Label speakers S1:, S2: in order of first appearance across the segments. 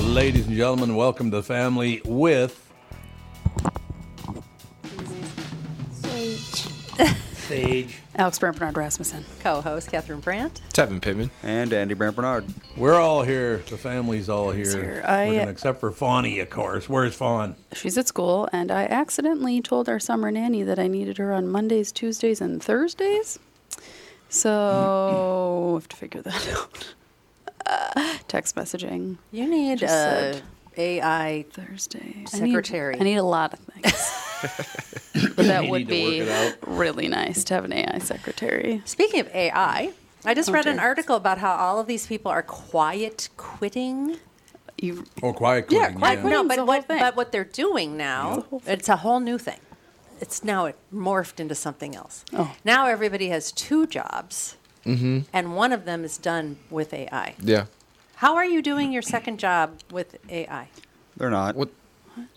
S1: Ladies and gentlemen, welcome to Family with Sage.
S2: Alex Brant Bernard Rasmussen.
S3: co-host Catherine Brandt.
S4: Tevin Pittman.
S5: And Andy Brant Bernard.
S1: We're all here. The family's all here.
S2: here. I-
S3: uh,
S1: We're gonna- except for Fawny, of course. Where's Fawn?
S2: She's at school, and I accidentally told our summer nanny that I needed her on Mondays, Tuesdays, and Thursdays. So we have to figure that out. Uh, text messaging
S3: You need uh,
S2: Just
S3: a
S2: said-
S3: AI.
S2: Thursday.
S3: Secretary.
S2: I need, I need a lot of things. but that
S1: You
S2: would
S1: need to work
S2: be
S1: it out.
S2: really nice to have an AI secretary.
S3: Speaking of AI, I just
S2: Oh,
S3: read an
S2: dear.
S3: article about how all of these people are quiet quitting.
S2: You
S6: Oh,
S1: Or Quiet Quitting.
S3: Yeah, quiet
S2: quitting.
S3: No,
S2: It's a
S3: but
S2: whole
S3: what,
S2: thing.
S3: but what they're doing now, it's a whole new thing. It's now it morphed into something else.
S2: Oh. Mm-hmm.
S3: Now everybody has two jobs, and one of them is done with AI.
S4: Yeah.
S3: How are you doing your second job with AI?
S5: They're not.
S4: What?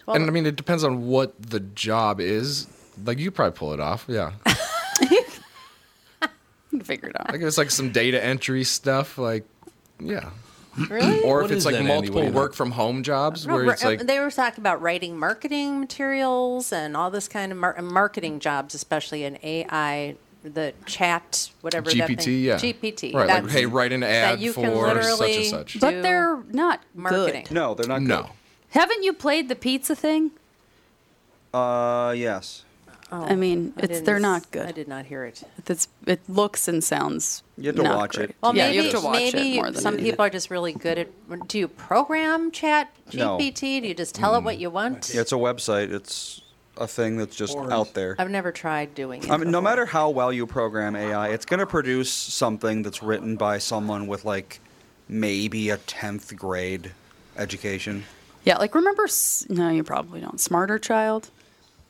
S3: Well-
S4: and I mean, it depends on what the job is. Like you could probably pull it off. Yeah.
S2: can figure it out.
S4: like if it's like some data entry stuff, like yeah.
S3: Really?
S4: Or
S1: What
S4: if
S1: is
S4: it's like
S1: that, Andy?
S4: multiple
S1: What do you
S4: work
S1: know?
S4: from home jobs
S3: No,
S4: where
S3: we're-
S4: it's like
S3: uh, they were talking about writing marketing materials and all this kind of mar- uh, marketing jobs, especially in AI, the chat, whatever that thing-
S4: GPT. Yeah.
S3: GPT.
S4: Right. Like
S3: That's-
S4: hey, write an
S3: that
S4: ad
S3: you can
S4: for such and
S3: literally
S4: such.
S3: do
S2: But they're not
S3: marketing.
S2: marketing.
S5: No, they're not.
S4: No.
S2: Haven't you played the pizza thing?
S5: Good. Uh, yes.
S2: I mean,
S3: Oh, I
S2: it's
S3: didn't
S2: they're
S3: s-
S2: not
S3: I
S2: good.
S3: did not hear it.
S2: It's, it looks and sounds.
S5: You have to
S2: not
S5: watch
S2: great.
S5: it.
S3: Well,
S2: yeah,
S3: maybe
S2: you have to watch
S3: maybe
S2: it more than
S3: some people are just really good at. Do you program chat
S5: No.
S3: GPT? Do you just tell it what you want?
S5: Yeah, it's a website. It's a thing that's just out there.
S3: I've never tried doing it.
S5: I mean, no
S3: before.
S5: matter how well you program AI, it's going to produce something that's written by someone with like maybe a 10th grade education.
S2: Yeah, like remember? S- No, you probably don't. Smarter Child.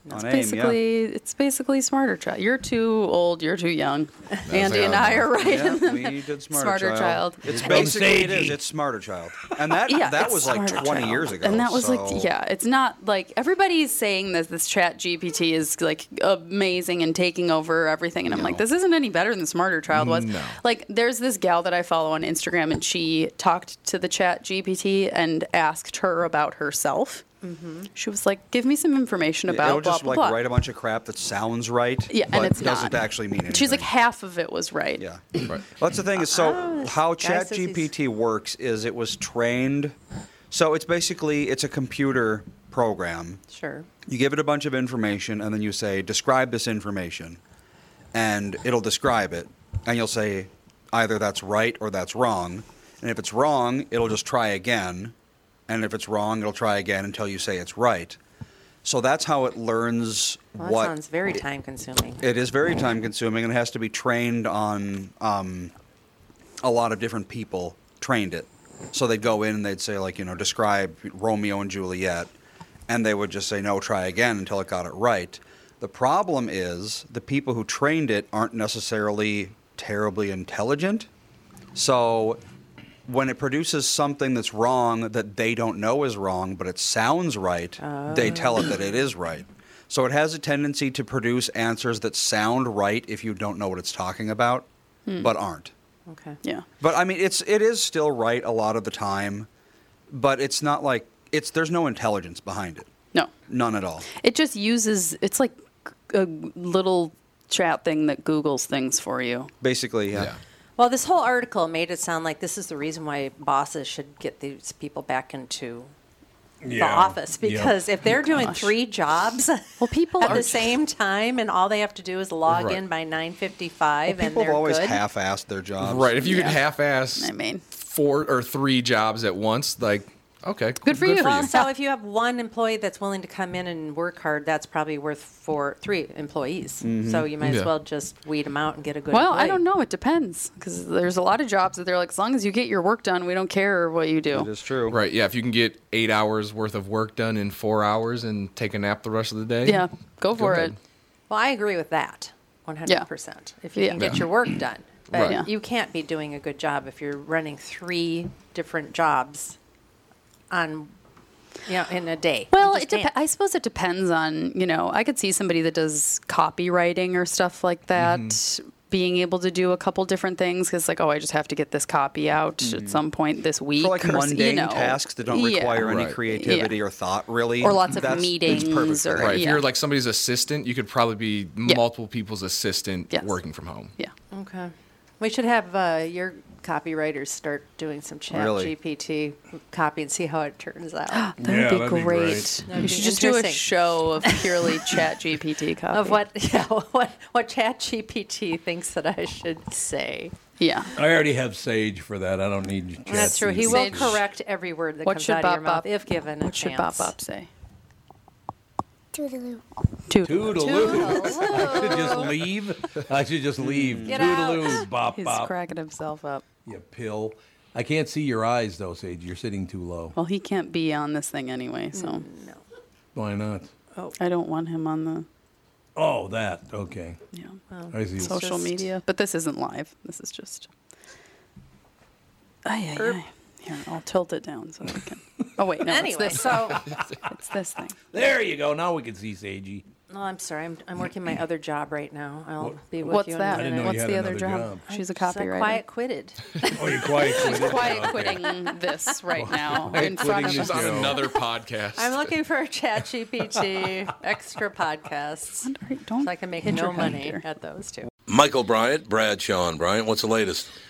S5: That's
S2: basically, it's basically Smarter Child. You're too old. You're too young. Andy
S4: like,
S2: and
S4: I
S2: I are
S4: don't
S2: right.
S5: Yeah,
S2: in the-
S5: we did Smarter,
S2: Smarter Child.
S5: It's
S1: It's
S5: basically it
S1: Sagey.
S5: is. It's Smarter Child, and that
S2: yeah,
S5: that
S2: it's
S5: was like
S2: Smarter
S5: 20
S2: Child.
S5: years ago.
S2: and that was
S5: so-
S2: like, yeah, it's not like everybody's saying that this Chat GPT is like amazing and taking over everything, and I'm like, this isn't any better than Smarter Child was.
S4: No.
S2: Like, there's this gal that I follow on Instagram, and she talked to the Chat GPT and asked her about herself. She was like, "Give me some information about
S5: It'll
S2: blah
S5: just
S2: blah
S5: like
S2: blah."
S5: write a bunch of crap that sounds right,
S2: Yeah, and
S5: but
S2: it's not.
S5: doesn't actually mean anything.
S2: She's like half of it was right.
S5: Yeah.
S4: Right.
S5: Well, that's the thing is so how
S3: Oh, guy says he's-
S5: ChatGPT works is it was trained so it's basically it's a computer program.
S3: Sure.
S5: You give it a bunch of information and then you say describe this information and it'll describe it and you'll say either that's right or that's wrong. And if it's wrong, it'll just try again. And if it's wrong, it'll try again until you say it's right. So that's how it learns
S3: Well, that
S5: what
S3: sounds very time consuming.
S5: it is very time consuming and has to be trained on um, a lot of different people trained it. So they'd go in and they'd say, like, you know, describe Romeo and Juliet. And they would just say, no, try again until it got it right. The problem is the people who trained it aren't necessarily terribly intelligent. So when it produces something that's wrong that they don't know is wrong, but it sounds right, they tell it that it is right. So it has a tendency to produce answers that sound right if you don't know what it's talking about,
S2: Hmm.
S5: but aren't.
S3: Okay.
S2: Yeah.
S5: But I mean, it's it is still right a lot of the time, but it's not like it's there's no intelligence behind it,
S2: No.
S5: none at all.
S2: It just uses it's like a little chat thing that Googles things for you.
S5: Basically, yeah.
S4: Yeah.
S3: Well, this whole article made it sound like this is the reason why bosses should get these people back into the
S6: Yeah.
S3: office
S6: Yep.
S3: because if they're doing three jobs well, people at the same time and all they have to do is log
S7: Right.
S3: in by 9:55 and
S5: People
S3: they're
S5: have always
S3: good.
S5: half-assed their jobs.
S7: Right. If you could half-ass
S2: I mean.
S7: four or three jobs at once, like okay,
S2: Good for you.
S3: Well, so if you have one employee that's willing to come in and work hard, that's probably worth four, three employees. So you might
S7: Yeah.
S3: as well just weed them out and get a good.
S2: Well, I
S3: employee.
S2: don't know. It depends because there's a lot of jobs that they're like, as long as you get your work done, we don't care what you do.
S5: It is true.
S7: Right. Yeah. If you can get eight hours worth of work done in four hours and take a nap the rest of the day.
S2: Yeah, go for it.
S7: ahead.
S3: Well, I agree with that 100%. If you
S2: Yeah.
S3: can get
S7: Yeah.
S3: your work done. But
S7: Right.
S2: Yeah.
S3: you can't be doing a good job if you're running three different jobs on you know, in a day. You
S2: Well,
S3: just
S2: it dep-
S3: can't.
S2: I suppose it depends on, you know, I could see somebody that does copywriting or stuff like that
S5: Mm-hmm.
S2: being able to do a couple different things because, like, oh, I just have to get this copy out at some point this week.
S5: Mm-hmm. For like
S2: or s- you
S5: mundane
S2: know.
S5: tasks that don't
S2: Yeah.
S5: require any
S7: Right.
S5: creativity
S2: Yeah.
S5: or thought, really,
S2: Or lots of
S5: that's- it's
S2: meetings
S5: perfect for
S2: or-
S5: that.
S7: Right. If
S2: Yeah.
S7: you're like somebody's assistant, you could probably be multiple people's assistant
S2: Yes.
S7: working from home.
S2: Yeah.
S3: Okay. We should have uh, your copywriters start doing some chat
S5: Really?
S3: GPT copy and see how it turns out
S2: That
S6: Yeah,
S2: would be
S6: that'd be
S2: great.
S6: great.
S3: That'd
S2: you
S3: be
S2: should just do a
S3: interesting.
S2: show of purely chat GPT copy.
S3: of what yeah, what what chat GPT thinks that I should say.
S2: Yeah.
S6: I already have Sage for that. I don't need chat.
S3: That's true. He will
S2: Sage.
S3: correct every word that
S2: What
S3: comes
S2: should
S3: out of your
S2: Bop
S3: mouth
S2: Bop
S3: if given a
S2: What should
S3: chance.
S2: Bop Bop say?
S8: Toodaloo.
S2: Toodaloo.
S6: Toodaloo. I should just leave. I should just leave.
S3: Mm. Get
S6: Toodaloo, bop
S2: He's
S6: bop.
S2: cracking himself up.
S6: You pill. I can't see your eyes though, Sage. You're sitting too low.
S2: Well, he can't be on this thing anyway, so
S6: Why not? Mm.
S2: I don't want him on the
S6: Oh, that. Okay.
S2: you know,
S6: I see.
S2: social
S3: just-
S2: media. But this isn't live. This is just. Ay, ay, ay. Here, I'll tilt it down so I can. Oh wait, no,
S3: Anyway,
S2: it's this.
S3: so
S2: It's this thing.
S6: There you go. Now we can see Sagey.
S3: No, I'm sorry. I'm, I'm working my other job right now. I'll be with
S2: What's
S3: you.
S2: that?
S6: I didn't know you
S2: What's
S6: had
S2: the other
S6: another
S2: job?
S6: job.
S2: She's a
S3: So
S2: copywriter.
S3: quiet quitted.
S6: Oh, you're quiet. quitting.
S2: Quiet
S6: Okay.
S2: quitting this right now in front of
S6: quitting
S2: us.
S7: She's
S6: this
S7: on
S6: Yo.
S7: another podcast.
S3: I'm looking for a chat GPT extra podcasts
S2: Don't
S3: so I can make
S2: hit your
S3: no
S2: head
S3: money
S2: here.
S3: at those two.
S9: Michael Bryant, Brad Sean Bryant, what's the latest?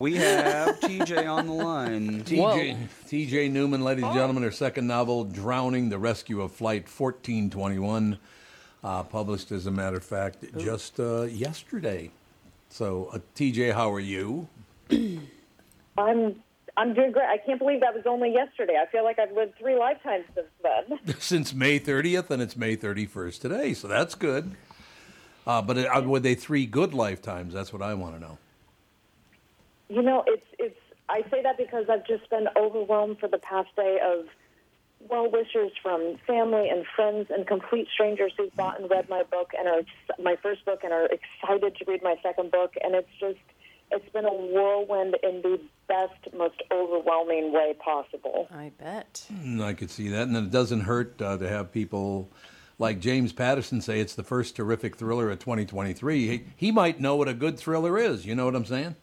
S5: We have TJ on the line.
S6: TJ, TJ Newman, ladies and gentlemen, her second novel, Drowning the Rescue of Flight 1421, uh, published, as a matter of fact, just uh, yesterday. So, uh, TJ, how are you?
S10: I'm I'm doing great. I can't believe that was only yesterday. I feel like I've lived three lifetimes since then.
S6: Since May 30th, and it's May 31st today, so that's good. Uh, but it, uh, were they three good lifetimes? That's what I want to know.
S3: You know, it's it's. I say that because I've just been overwhelmed for the past day of well wishers from family and friends and complete strangers who've bought and read my book and are ex- my first book and are excited to read my second book. And it's just it's been a whirlwind in the best, most overwhelming way possible.
S11: I bet.
S6: Mm, I could see that, and then it doesn't hurt uh, to have people like James Patterson say it's the first terrific thriller of 2023. He, he might know what a good thriller is. You know what I'm saying?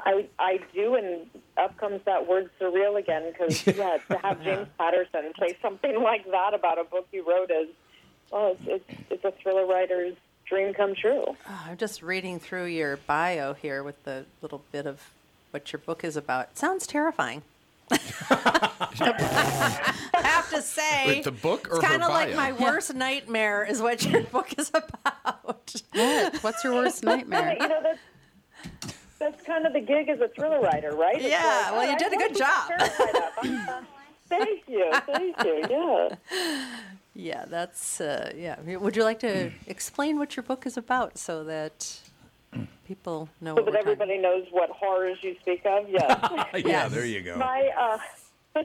S3: I I do, and up comes that word surreal again. Because yeah, to have James Patterson say something like that about a book you wrote is, well, it's it's, it's a thriller writer's dream come true.
S11: Oh, I'm just reading through your bio here with the little bit of what your book is about. It sounds terrifying. I have to say,
S7: Wait, the book or
S11: it's kind
S7: her
S11: of like
S7: bio?
S11: my worst nightmare is what your book is about.
S2: What's your worst nightmare?
S3: you know that's that's kind of the gig as a thriller writer, right? It's
S11: Yeah,
S3: like,
S11: well,
S3: oh,
S11: you
S3: I
S11: did a
S3: hope
S11: good
S3: he's
S11: job.
S3: terrified of him. Uh-huh. thank you, thank you. Yeah.
S11: Yeah, that's uh, yeah. Would you like to explain what your book is about so that people know?
S3: So
S11: what
S3: that
S11: we're talking-
S3: everybody knows what horrors you speak of. Yes.
S6: yeah, there you go.
S3: My uh,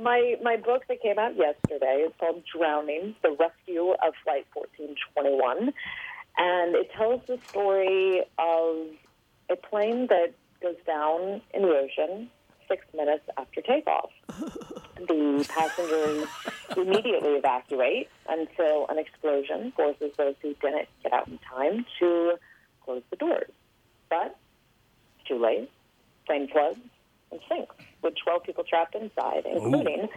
S3: my my book that came out yesterday is called Drowning: The Rescue of Flight 1421, and it tells the story of a plane that goes down in the ocean six minutes after takeoff. the passengers immediately evacuate until an explosion forces those who didn't get out in time to close the doors. But it's too late. Plane floods and sinks, with 12 people trapped inside, including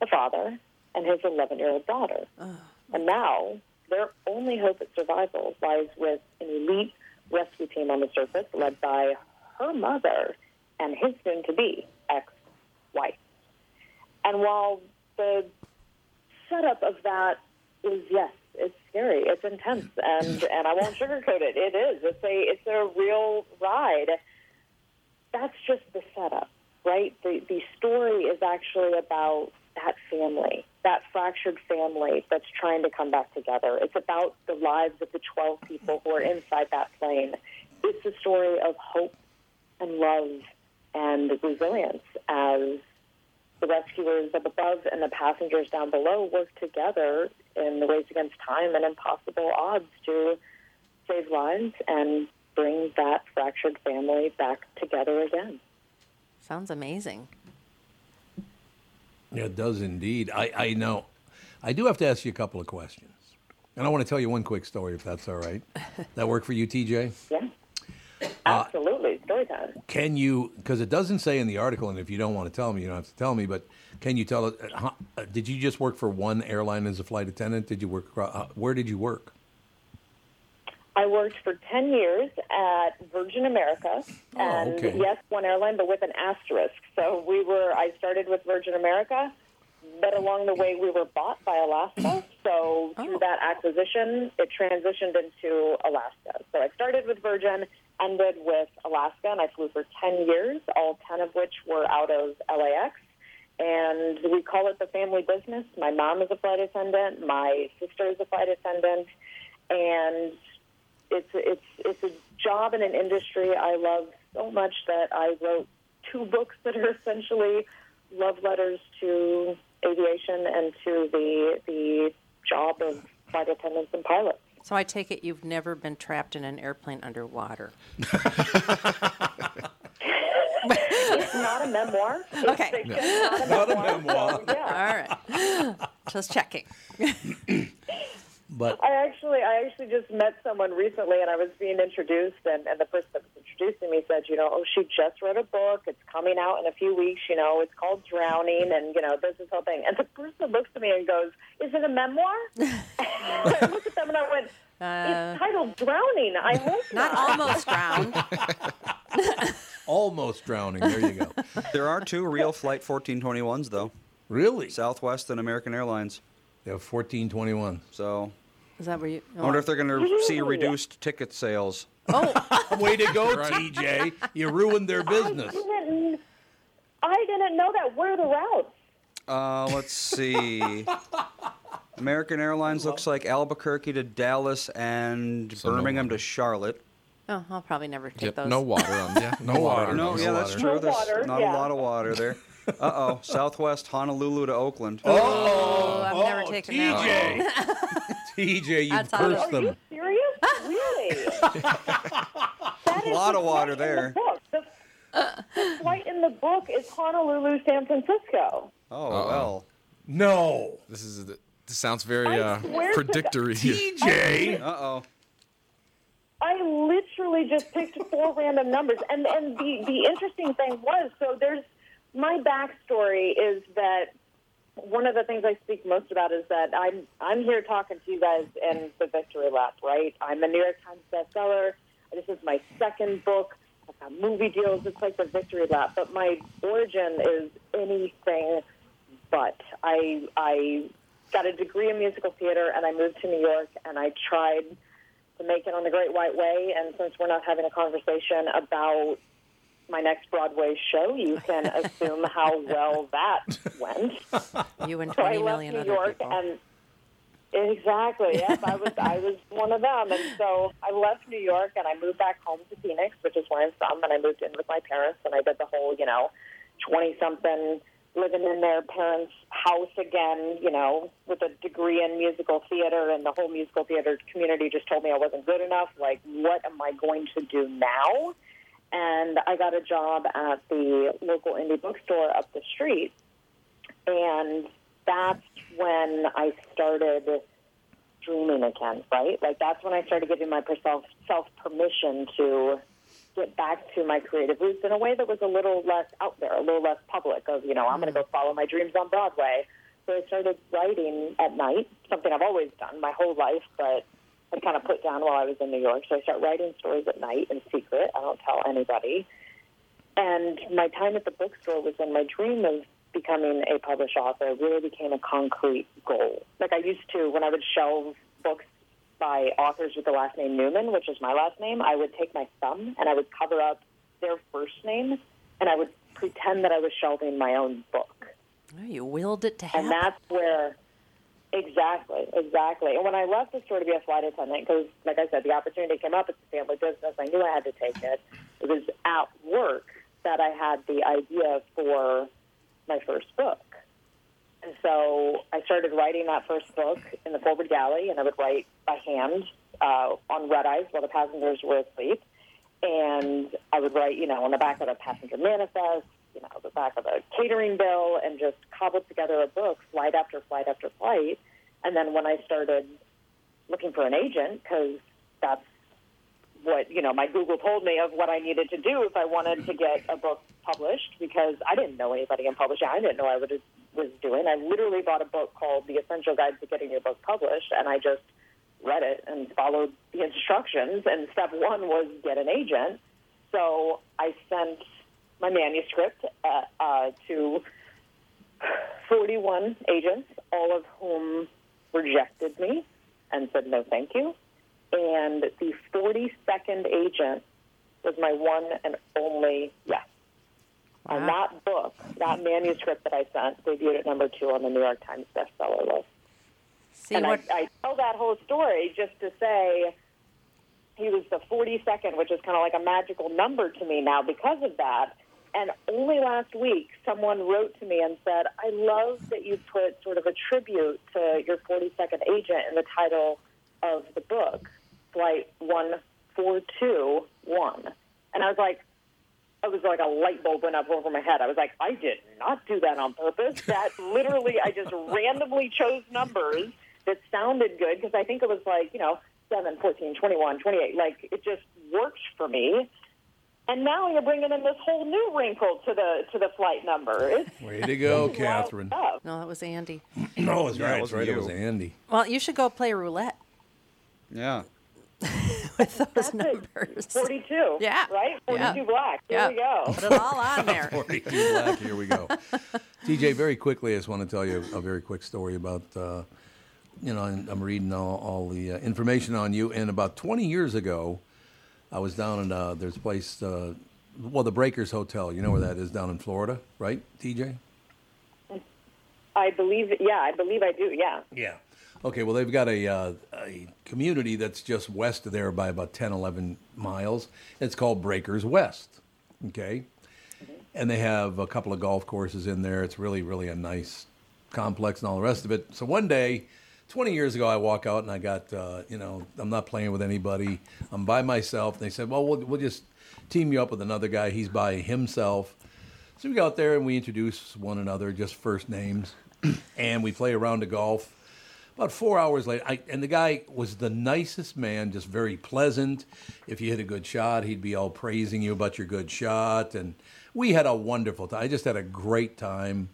S3: the father and his 11 year old daughter. And now their only hope at survival lies with an elite rescue team on the surface led by her mother and his soon to be ex wife. And while the setup of that is yes, it's scary, it's intense, and and I won't sugarcoat it. It is. It's a it's a real ride. That's just the setup, right? The the story is actually about that family, that fractured family that's trying to come back together. It's about the lives of the twelve people who are inside that plane. It's a story of hope and love and resilience as the rescuers up above and the passengers down below work together in the race against time and impossible odds to save lives and bring that fractured family back together again.
S11: Sounds amazing.
S6: Yeah, it does indeed. I, I know. I do have to ask you a couple of questions. And I want to tell you one quick story, if that's all right. that work for you, TJ?
S3: Yeah. Absolutely. Story time.
S6: Can you, because it doesn't say in the article, and if you don't want to tell me, you don't have to tell me, but can you tell us, uh, how- uh, did you just work for one airline as a flight attendant? Did you work, acro- uh, where did you work?
S3: I worked for 10 years at Virgin America.
S11: Oh.
S3: and
S6: Oh, okay.
S3: Uh, yes, one airline, but with an asterisk. So we were, I started with Virgin America, but along the way we were bought by Alaska. So through that acquisition, it transitioned into Alaska. So I started with Virgin, ended with Alaska, and I flew for 10 years, all 10 of which were out of LAX and we call it the family business. My mom is a flight attendant. My sister is a flight attendant, and it's it's it's a job in an industry I love so much that I wrote two books that are essentially love letters to aviation and to the the job of flight attendants and pilots.
S11: So I take it you've never been trapped in an airplane underwater.
S3: It's not a memoir. It's
S11: Okay.
S3: fiction,
S6: Not
S3: not a
S6: a
S3: memoir. So, yeah.
S11: All right. Just checking.
S6: But
S3: I actually, I actually just met someone recently, and I was being introduced, and, and the person that was introducing me said, you know, oh, she just wrote a book. It's coming out in a few weeks. You know, it's called Drowning, and you know, there's this whole thing. And the person looks at me and goes, "Is it a memoir?" I looked at them and I went, "It's titled Drowning. I hope
S11: Not almost drowned.
S6: almost drowning. There you go.
S5: There are two real Flight 1421s, though
S6: really?
S5: Southwest and American Airlines.
S6: They have 1421.
S5: So
S11: Is that where you?
S5: I wonder if they're going to see reduced ticket sales.
S6: Way to go, TJ. You ruined their business.
S3: I didn't, I didn't know that. Where are the routes?
S5: Uh, let's see. American Airlines looks like Albuquerque to Dallas and
S3: no
S5: Birmingham to Charlotte.
S3: Oh, I'll probably never get those.
S5: on yeah.
S3: No water on
S5: No,
S3: those.
S5: yeah,
S3: No
S5: that's
S3: water.
S5: true.
S3: No
S5: There's
S3: water,
S5: not
S3: yeah.
S5: a lot of water there. Uh oh. Southwest Honolulu to Oakland.
S3: Oh, I've never taken that. one.
S6: Oh,
S5: TJ,
S3: you That's awesome.
S12: Are you serious? Really?
S5: A lot of water there.
S12: Look, the, the flight in the book is Honolulu, San Francisco.
S5: Oh
S4: well.
S6: No.
S4: This is this sounds very uh,
S12: swear to
S4: predictory.
S12: God. TJ.
S5: Uh oh.
S12: I literally just picked four random numbers, and and the the interesting thing was so there's my backstory is that one of the things I speak most about is that I'm I'm here talking to you guys in the victory lap, right? I'm a New York Times bestseller. This is my second book. I've got movie deals. It's like the victory lap, but my origin is anything but. I I got a degree in musical theater, and I moved to New York, and I tried to make it on the Great White Way. And since we're not having a conversation about my next Broadway show, you can assume how well that went.
S3: You and
S12: So I
S3: 20
S12: left
S3: million
S12: New
S3: other
S12: York
S3: people.
S12: and exactly, yes, I was I was one of them. And so I left New York and I moved back home to Phoenix, which is where I'm from, and I moved in with my parents and I did the whole, you know, twenty something living in their parents' house again, you know, with a degree in musical theater and the whole musical theater community just told me I wasn't good enough. Like, what am I going to do now? And I got a job at the local indie bookstore up the street and that's when I started dreaming again, right? Like that's when I started giving myself self permission to get back to my creative roots in a way that was a little less out there, a little less public. Of you know, I'm going to go
S3: Mm-hmm.
S12: follow my dreams on Broadway. So I started writing at night, something I've always done my whole life, but I kind of put down while I was in New York. So I start writing stories at night in secret. I don't tell anybody. And my time at the bookstore was when my dream of becoming a published author really became a concrete goal. Like I used to, when I would shelve books by authors with the last name Newman, which is my last name, I would take my thumb and I would cover up their first name and I would pretend that I was shelving my own book.
S3: Oh, you willed it to
S12: And
S3: happen.
S12: that's where, exactly, exactly. And when I left the store to be a flight attendant, because, like I said, the opportunity came up, it's a family business, I knew I had to take it. It was at work that I had the idea for my first book. And so I started writing that first book in the forward galley, and I would write by hand uh, on red eyes while the passengers were asleep. And I would write, you know, on the back of a passenger manifest, you know, the back of a catering bill, and just cobble together a book, flight after flight after flight. And then when I started looking for an agent, because that's what you know my Google told me of what I needed to do if I wanted to get a book published because I didn't know anybody in publishing. I didn't know I would, was doing. I literally bought a book called The Essential Guide to Getting Your Book Published, and I just read it and followed the instructions. And step one was get an agent. So I sent my manuscript uh, uh, to 41 agents, all of whom rejected me and said no, thank you and the 42nd agent was my one and only yes. And that book, that manuscript that I sent, debuted at number two on the New York Times bestseller list.
S3: See
S12: and
S3: what?
S12: I, I tell that whole story just to say he was the 42nd, which is kind of like a magical number to me now because of that. And only last week, someone wrote to me and said, I love that you put sort of a tribute to your 42nd agent in the title of the book, Flight 1421. And I was like, I was like a light bulb went up over my head. I was like, I did not do that on purpose. That literally, I just randomly chose numbers that sounded good because I think it was like, you know, 7, 14, 21, 28. Like, it just worked for me. And now you're bringing in this whole new wrinkle to the to the flight number. It's
S6: Way to go, Catherine.
S12: up.
S3: No, that was Andy.
S6: No, it's
S5: Yeah,
S6: right. It's
S5: it wasn't
S6: right. It
S5: you.
S6: was Andy.
S3: Well, you should go play roulette
S5: Yeah.
S3: with those numbers.
S12: 42.
S3: Yeah.
S12: Right? 42
S3: Yeah.
S12: black. Here
S3: Yeah.
S12: we go.
S3: Put it all on there.
S6: 42 black. Here we go. TJ, very quickly, I just want to tell you a very quick story about. Uh, you know, I'm, I'm reading all, all the uh, information on you. And about 20 years ago, I was down in uh, there's a place, uh, well, the Breakers Hotel. You know where that is down in Florida, right, TJ?
S12: I believe, yeah, I believe I do, yeah.
S6: Yeah. Okay, well, they've got a, uh, a community that's just west of there by about 10, 11 miles. It's called Breakers West. Okay. And they have a couple of golf courses in there. It's really, really a nice complex and all the rest of it. So one day, 20 years ago, I walk out and I got, uh, you know, I'm not playing with anybody. I'm by myself. And they said, well, we'll, we'll just team you up with another guy. He's by himself. So we go out there and we introduce one another, just first names, and we play a round of golf. About four hours later, I, and the guy was the nicest man, just very pleasant. If you hit a good shot, he'd be all praising you about your good shot. And we had a wonderful time. I just had a great time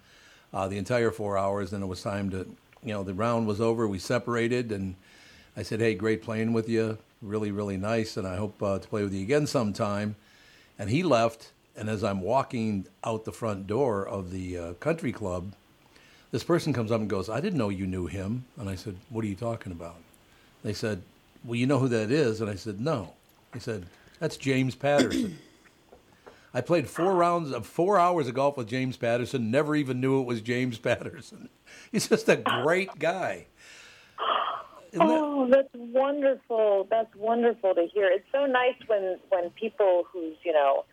S6: uh, the entire four hours. Then it was time to, you know, the round was over. We separated, and I said, "Hey, great playing with you. Really, really nice, and I hope uh, to play with you again sometime." And he left. And as I'm walking out the front door of the uh, country club, this person comes up and goes, "I didn't know you knew him." And I said, "What are you talking about?" They said, "Well, you know who that is." And I said, "No." He said, "That's James Patterson." I played four rounds of four hours of golf with James Patterson. Never even knew it was James Patterson. He's just a great guy.
S3: Oh, that's wonderful. That's wonderful to hear. It's so nice when when people whose you know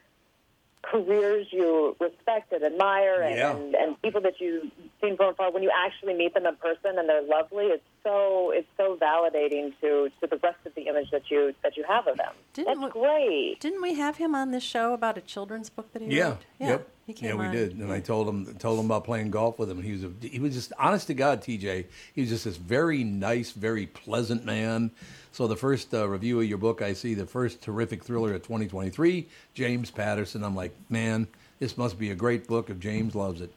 S3: careers you respect and admire, and,
S6: Yeah.
S3: and and people that you seen from afar, when you actually meet them in person and they're lovely, it's so it's so validating to to the rest of the image that you that you have of them.
S13: Didn't
S3: that's
S13: we,
S3: great.
S13: Didn't we have him on this show about a children's book that he
S6: Yeah.
S13: wrote?
S6: Yep.
S13: He came
S6: yeah, we
S13: on.
S6: did. And I told him told him about playing golf with him. And he was a, he was just honest to God, TJ. He was just this very nice, very pleasant man. So the first uh, review of your book I see, the first terrific thriller of 2023, James Patterson. I'm like, man, this must be a great book if James loves it.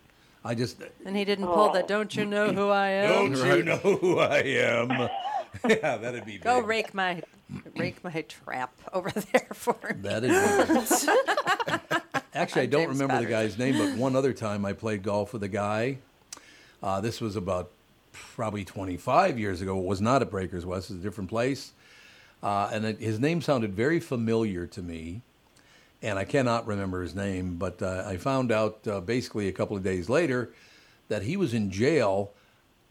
S6: I just
S13: And he didn't pull the
S3: Oh.
S13: "Don't you know who I am?"
S6: don't you know who I am? yeah, that'd be
S13: Go
S6: big.
S13: rake my rake my trap over there for me.
S6: That is Actually, I
S13: I'm
S6: don't
S13: James
S6: remember the
S13: Patterson.
S6: guy's name, but one other time I played golf with a guy. Uh, this was about probably 25 years ago. It was not at Breakers West, it was a different place. Uh, and it, his name sounded very familiar to me. And I cannot remember his name, but uh, I found out uh, basically a couple of days later that he was in jail,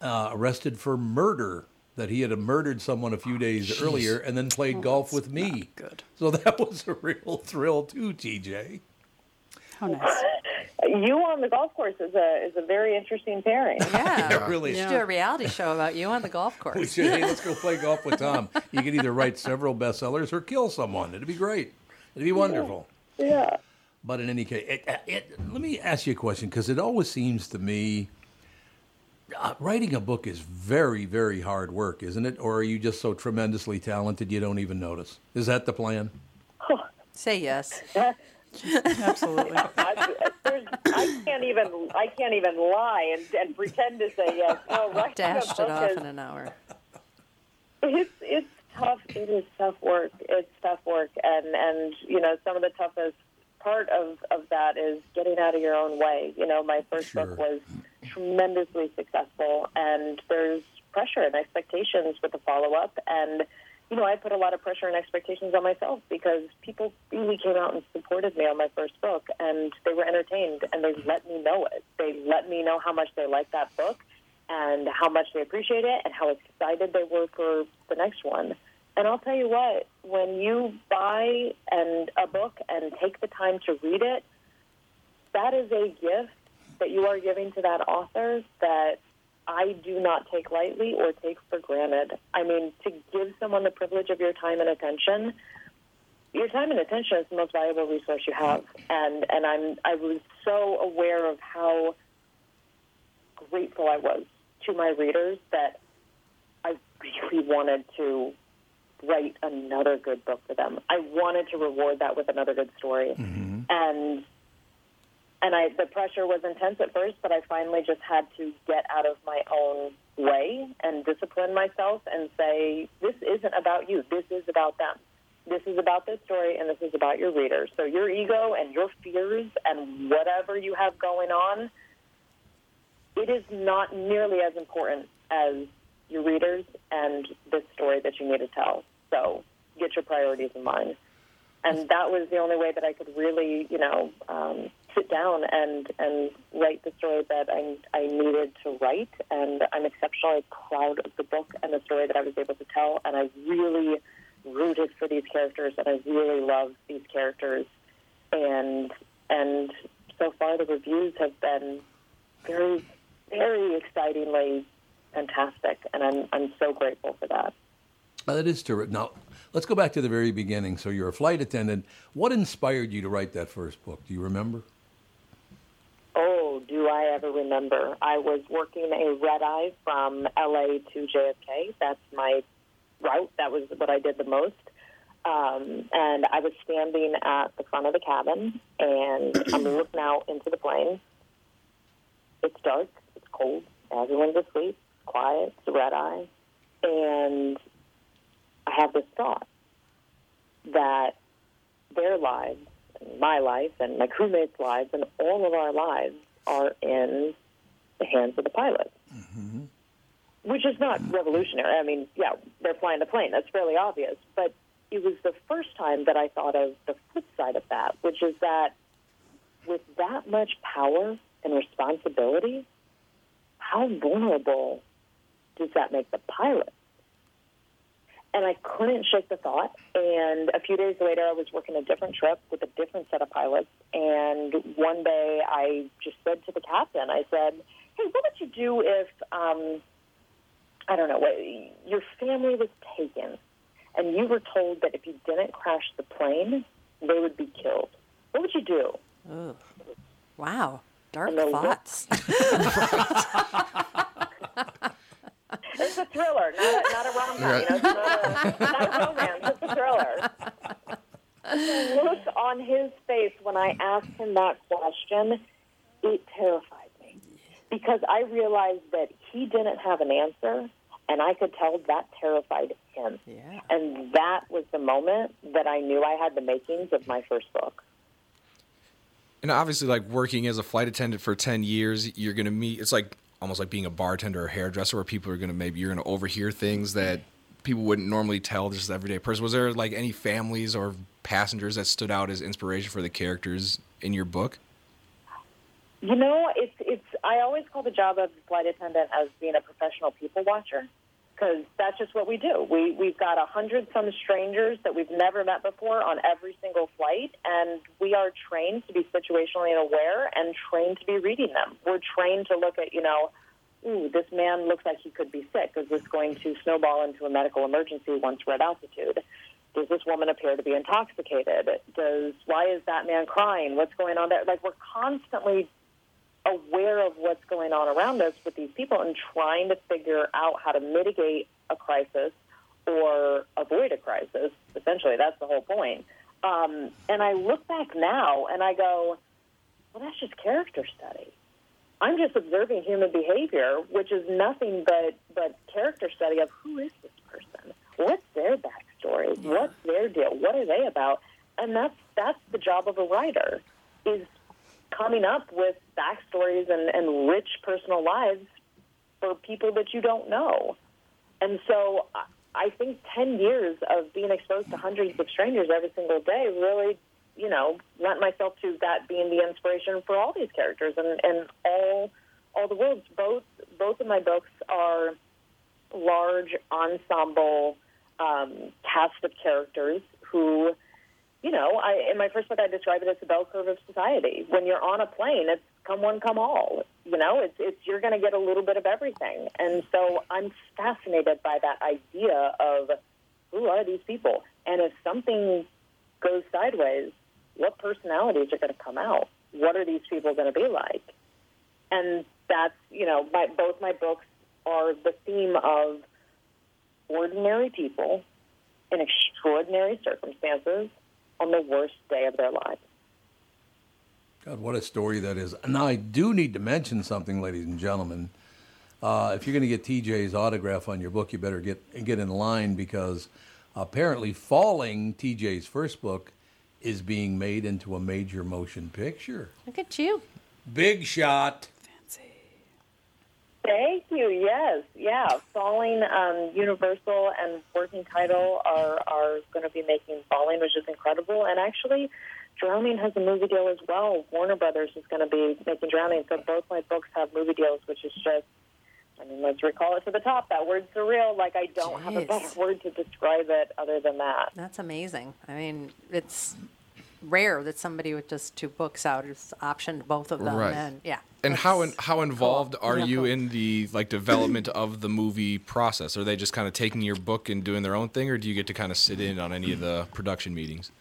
S6: uh, arrested for murder. That he had murdered someone a few days
S7: Jeez.
S6: earlier, and then played
S7: Oh,
S6: golf with me. Good. So that was a real thrill too, TJ.
S3: How nice. You on the golf course is a is a very interesting pairing.
S13: Yeah,
S6: It really
S13: We
S6: is.
S13: should do a reality show about you on the golf course.
S6: We should. Hey, let's go play golf with Tom. You could either write several bestsellers or kill someone. It'd be great. It'd be wonderful.
S3: Yeah.
S6: But in any case, it, uh, it, let me ask you a question because it always seems to me uh, writing a book is very, very hard work, isn't it? Or are you just so tremendously talented you don't even notice? Is that the plan?
S13: Say yes.
S3: Absolutely. I, there's- I can't even I can't even lie and, and pretend to say yes. No, right.
S13: Dashed it off in an hour.
S3: It's it's tough. It is tough work. It's tough work, and and you know some of the toughest part of of that is getting out of your own way. You know, my first book was tremendously successful, and there's pressure and expectations with the follow up, and you know I put a lot of pressure and expectations on myself because people really came out and supported me on my first book, and they were entertained, and they let me know it. They let me know how much they liked that book and how much they appreciate it and how excited they were for the next one. And I'll tell you what, when you buy and a book and take the time to read it, that is a gift that you are giving to that author that I do not take lightly or take for granted. I mean, to give someone the privilege of your time and attention, your time and attention is the most valuable resource you have. And and I'm I was so aware of how grateful I was to my readers that I really wanted to write another good book for them. I wanted to reward that with another good story. And and I the pressure was intense at first, but I finally just had to get out of my own way and discipline myself and say, This isn't about you, this is about them. This is about this story and this is about your readers. So your ego and your fears and whatever you have going on it is not nearly as important as your readers and this story that you need to tell. So get your priorities in mind. And that was the only way that I could really, you know, um, sit down and and write the story that I I needed to write, and I'm exceptionally proud of the book and the story that I was able to tell, and I really rooted for these characters, and I really love these characters, and and so far the reviews have been very very excitingly fantastic, and I'm I'm so grateful for that.
S6: Now, that Uh, is terrific. Now, let's go back to the very beginning. So, you're a flight attendant. What inspired you to write that first book? Do you remember?
S3: Oh, do I ever remember? I was working a red eye from LA to JFK. That's my route. That was what I did the most. Um, and I was standing at the front of the cabin, and I'm looking out into the plane. It's dark, it's cold, everyone's asleep, it's quiet, it's a red eye. And I have this thought that their lives, and my life, and my crewmates' lives, and all of our lives are in the hands of the pilot, which is not revolutionary. I mean, yeah, they're flying the plane. That's fairly obvious. But it was the first time that I thought of the flip side of that, which is that with that much power and responsibility, how vulnerable does that make the pilot? and I couldn't shake the thought. And a few days later, I was working a different trip with a different set of pilots. And one day, I just said to the captain, I said, "Hey, what would you do if um, I don't know, what, your family was taken, and you were told that if you didn't crash the plane, they would be killed? What would you do?"
S14: Oh, wow. Dark
S3: And the look-
S14: thoughts.
S3: It's a thriller, not a, not a rom com. You know, it's not a, not a romance. It's a thriller. The look on his face when I asked him that question, it terrified me because I realized that he didn't have an answer, and I could tell that terrified him.
S14: Yeah.
S3: And that was the moment that I knew I had the makings of my first book.
S7: And obviously, like working as a flight attendant for 10 years, you're going to meet, it's like almost like being a bartender or hairdresser where people are going to maybe, you're going to overhear things that people wouldn't normally tell just an everyday person. Was there like any families or passengers that stood out as inspiration for the characters in your book?
S3: You know, it's it's. I always call the job of flight attendant as being a professional people watcher, because that's just what we do. We we've got a hundred some strangers that we've never met before on every single flight, and we are trained to be situationally aware and trained to be reading them. We're trained to look at you know, ooh, this man looks like he could be sick. Is this going to snowball into a medical emergency once we're at altitude? Does this woman appear to be intoxicated? Does why is that man crying? What's going on there? Like we're constantly aware of what's going on around us with these people and trying to figure out how to mitigate a crisis or avoid a crisis. Essentially, that's the whole point. Um, and I look back now and I go, well, that's just character study. I'm just observing human behavior, which is nothing but, but character study of who is this person? What's their backstory? What's their deal? What are they about? And that's, that's the job of a writer is coming up with backstories and, and rich personal lives for people that you don't know. And so I- I think 10 years of being exposed to hundreds of strangers every single day really, you know, lent myself to that being the inspiration for all these characters and, and all all the worlds. Both both of my books are large ensemble um, cast of characters who you know, I, in my first book, I describe it as the bell curve of society. When you're on a plane, it's come one, come all. You know, it's, it's you're going to get a little bit of everything. And so I'm fascinated by that idea of who are these people? And if something goes sideways, what personalities are going to come out? What are these people going to be like? And that's, you know, my, both my books are the theme of ordinary people in extraordinary circumstances on the worst day of their lives.
S6: God, what a story that is. Now, I do need to mention something, ladies and gentlemen. Uh, if you're going to get TJ's autograph on your book, you better get, get in line because apparently Falling, TJ's first book, is being made into a major motion picture.
S14: Look at you.
S6: Big shot. Fancy.
S12: Thank you. Yes. Yeah. Falling, um, Universal, and Working Title are, are going to be making Falling, which is incredible. And actually, Drowning has a movie deal as well. Warner Brothers is going to be making Drowning. So both my books have movie deals, which is just, I mean, let's recall it to the top. That word surreal. Like, I don't have a
S3: Jeez.
S12: better word to describe it other than that.
S3: That's amazing. I mean, it's rare that somebody with just two books out has optioned both of them.
S7: Right.
S3: And yeah.
S7: And how in, how involved are
S3: Yeah,
S7: you
S3: cool.
S7: in the like development of the movie process? Are they just kind of taking your book and doing their own thing, or do you get to kind of sit in on any of the production meetings?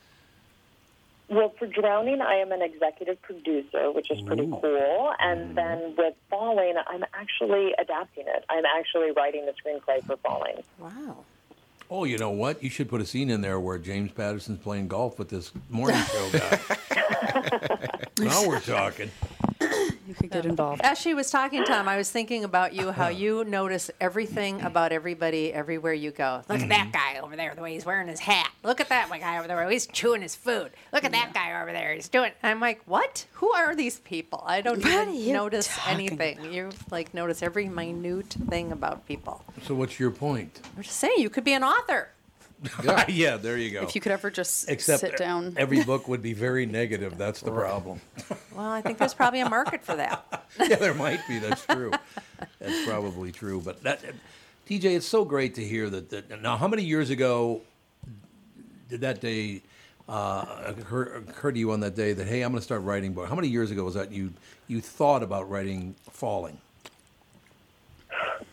S12: Well, for Drowning, I am an executive producer, which is pretty cool. And then with Falling, I'm actually adapting it. I'm actually writing the screenplay for Falling.
S3: Wow.
S6: Oh, you know what? You should put a scene in there where James Patterson's playing golf with this morning show guy. now we're talking.
S2: You could get involved.
S3: As she was talking, Tom, I was thinking about you, how you notice everything about everybody everywhere you go. Look at that guy over there, the way he's wearing his hat. Look at that one guy over there, the way he's chewing his food. Look at that guy over there, he's doing. I'm like, what? Who are these people? I don't even notice anything. You like notice every minute thing about people.
S6: So what's your point?
S3: I'm just saying, you could be an author.
S6: Yeah, there you go.
S2: If you could ever just
S6: Except
S2: sit down.
S6: every book would be very negative. That's the problem.
S3: Well, I think there's probably a market for that.
S6: yeah, there might be. That's true. That's probably true. But that, TJ, it's so great to hear that. that now, how many years ago did that day uh, occur, occur to you on that day that hey, I'm going to start writing? But how many years ago was that you you thought about writing Falling?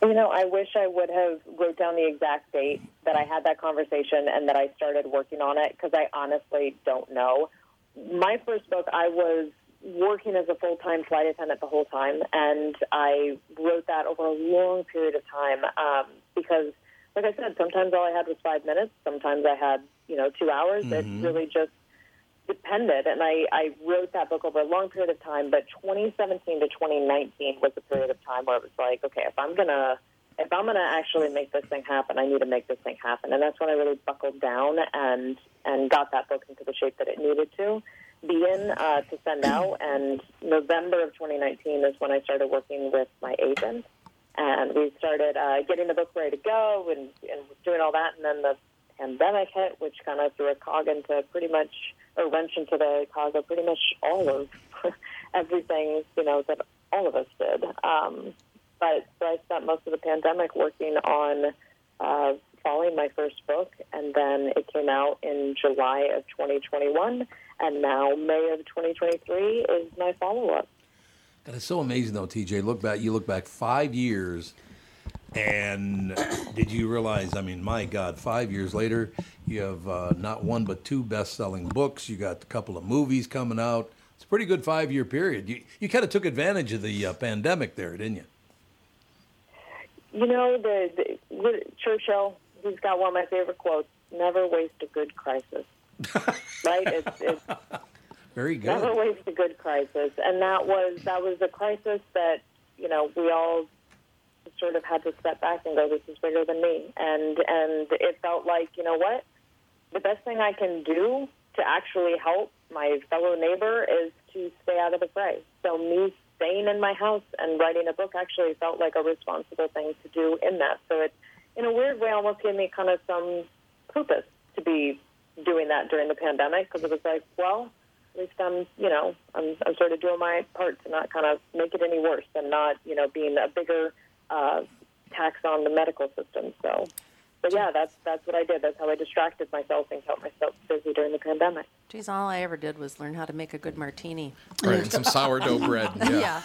S12: You know, I wish I would have wrote down the exact date that I had that conversation and that I started working on it because I honestly don't know. My first book, I was working as a full time flight attendant the whole time, and I wrote that over a long period of time um, because, like I said, sometimes all I had was five minutes, sometimes I had, you know, two hours.
S15: Mhm.
S12: It really just depended. And I, I wrote that book over a long period of time, but 2017 to 2019 was the period of time where it was like, okay, if I'm gonna if I'm gonna actually make this thing happen, I need to make this thing happen. And that's when I really buckled down and and got that book into the shape that it needed to be in uh, to send out. And November of 2019 is when I started working with my agent. And we started uh, getting the book ready to go and, and doing all that. And then the pandemic hit, which kind of threw a cog into pretty much, or wrench into the cog of pretty much all of everything, you know, that all of us did. Um, but so I spent most of the pandemic working on uh, following my first book, and then it came out in July of 2021, and now May of 2023 is my follow up.
S6: God, it's so amazing though, TJ. Look back, you look back five years, and did you realize? I mean, my God, five years later, you have uh, not one but two best-selling books. You got a couple of movies coming out. It's a pretty good five-year period. You you kind of took advantage of the uh, pandemic there, didn't you?
S12: You know, the, the Churchill, he's got one of my favorite quotes never waste a good crisis. right? It's, it's
S6: Very good.
S12: Never waste a good crisis, and that was that was the crisis that you know we all sort of had to step back and go, "This is bigger than me," and and it felt like you know what, the best thing I can do to actually help my fellow neighbor is to stay out of the fray. So me staying in my house and writing a book actually felt like a responsible thing to do in that. So it, in a weird way, almost gave me kind of some purpose to be doing that during the pandemic because it was like, well, at least I'm, you know, I'm, I'm sort of doing my part to not kind of make it any worse and not, you know, being a bigger uh, tax on the medical system. So, but yeah, that's that's what I did. That's how I distracted myself and kept myself busy during the pandemic.
S3: Geez, all I ever did was learn how to make a good martini.
S7: Right, and some sourdough bread. Yeah.
S3: yeah.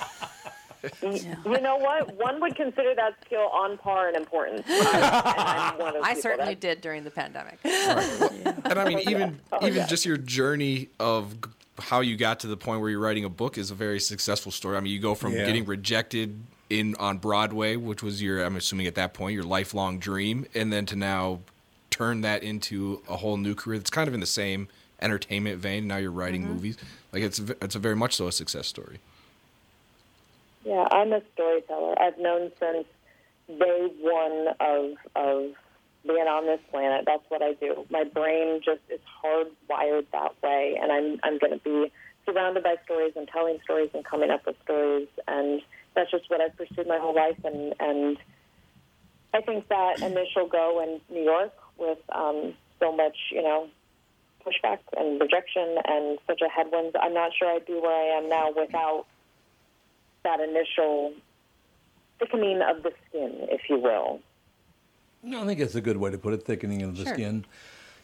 S12: You know what? One would consider that skill on par in importance.
S3: I certainly did during the pandemic.
S7: And I mean, even
S3: Oh,
S7: even
S3: yeah.
S7: just your journey of g- how you got to the point where you're writing a book is a very successful story. I mean, you go from
S6: Yeah.
S7: getting rejected in on Broadway, which was your, I'm assuming at that point, your lifelong dream, and then to now turn that into a whole new career that's kind of in the same entertainment vein. Now you're writing
S3: Mm-hmm.
S7: movies. Like it's v- it's a very much so a success story.
S12: Yeah, I'm a storyteller. I've known since day one of of being on this planet. That's what I do. My brain just is hardwired that way, and I'm I'm going to be surrounded by stories and telling stories and coming up with stories. And that's just what I've pursued my whole life, and and I think that initial go in New York with um, so much, you know, pushback and rejection and such a headwind, I'm not sure I'd be where I am now without that initial thickening of the skin, if you will.
S6: No, I think it's a good way to put it, thickening of the
S12: Sure.
S6: skin.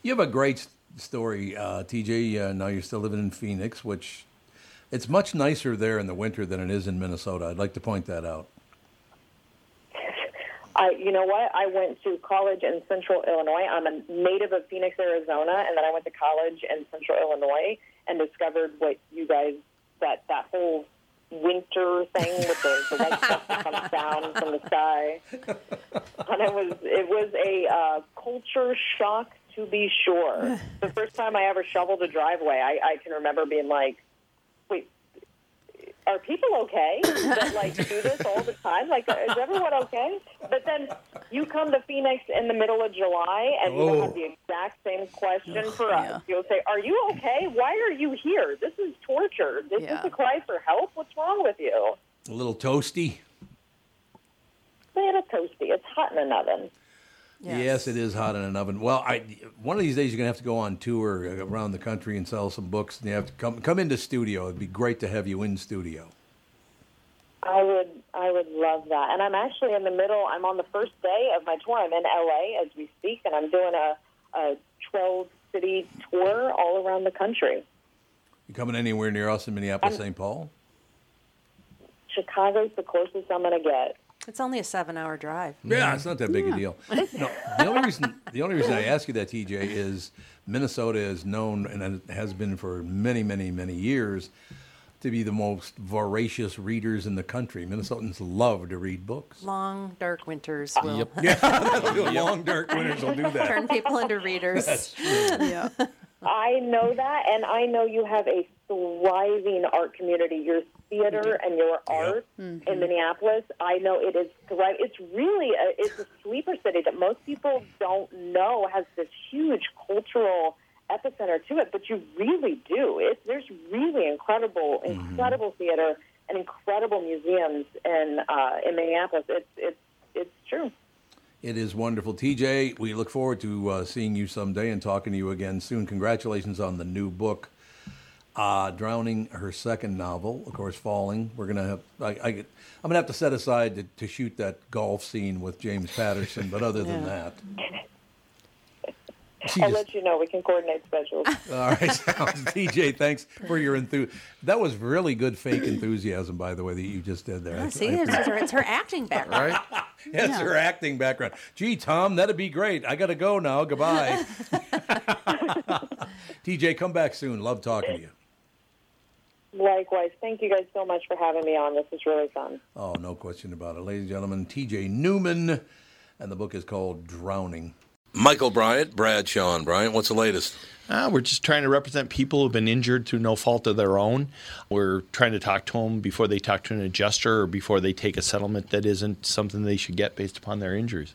S6: You have a great s- story, uh, TJ. Uh, now you're still living in Phoenix, which it's much nicer there in the winter than it is in Minnesota. I'd like to point that out.
S12: I, you know what? I went to college in Central Illinois. I'm a native of Phoenix, Arizona, and then I went to college in Central Illinois and discovered what you guys that that whole winter thing with the, the white stuff that comes down from the sky. And it was it was a uh, culture shock to be sure. The first time I ever shoveled a driveway, I, I can remember being like, "Wait, are people okay that like do this all the time? Like, uh, is everyone okay? But then you come to Phoenix in the middle of July and you will
S15: Oh.
S12: have the exact same question
S15: Ugh,
S12: for us.
S15: yeah.
S12: You'll say, "Are you okay? Why are you here? This is torture. This
S6: Yeah.
S12: is a cry for help. What's wrong with you?"
S6: A little toasty.
S12: Say it's toasty. It's hot in an oven.
S6: Yes. it is hot in an oven. Well, I one of these days you're gonna have to go on tour around the country and sell some books, and you have to come come into studio. It'd be great to have you in studio.
S12: I would, I would love that. And I'm actually in the middle. I'm on the first day of my tour. I'm in LA as we speak, and I'm doing a, a 12 city tour all around the country.
S6: You coming anywhere near us in Minneapolis,
S12: I'm-
S6: St. Paul?
S12: Chicago's the closest I'm going to get.
S3: It's only a seven-hour drive.
S6: Yeah, it's not that big a deal. No, the only reason the only reason I ask you that, TJ, is Minnesota is known and it has been for many, many, many years to be the most voracious readers in the country. Minnesotans love to read books.
S3: Long dark winters will
S6: Ah, Yep. Yeah, long dark winters will do that.
S3: turn people into readers.
S6: That's true.
S3: yeah.
S12: I know that, and I know you have a thriving art community. Your theater and your art in Minneapolis, I know it is thrive. It's really a, it's a sleeper city that most people don't know has this huge cultural epicenter to it, but you really do. It, there's really incredible, incredible theater and incredible museums in uh, in Minneapolis. It's it's it's true.
S6: It is wonderful. TJ, we look forward to uh, seeing you someday and talking to you again soon. Congratulations on the new book, uh, Drowning, her second novel, of course, Falling. We're going to have, I, I, get- I'm going to have to set aside to, to shoot that golf scene with James Patterson, but other than
S12: Yeah.
S6: that. She
S12: I'll
S6: just-
S12: let you know. We can coordinate schedules.
S6: All right, sounds- TJ, thanks for your enthusiasm. That was really good fake enthusiasm, by the way, that you just did there. I-
S3: See,
S6: I
S3: it's,
S6: appreciate
S3: her, it's her acting background.
S6: right? That's her acting background. Gee, Tom, that'd be great. I got to go now. Goodbye. TJ, come back soon. Love talking to you.
S12: Likewise. Thank you guys so much for having me on. This is really fun.
S6: Oh, no question about it. Ladies and gentlemen, TJ Newman, and the book is called Drowning.
S16: Michael Bryant, Brad Sean Bryant, what's the latest?
S17: Ah, we're just trying to represent people who've been injured through no fault of their own. We're trying to talk to them before they talk to an adjuster or before they take a settlement that isn't something they should get based upon their injuries.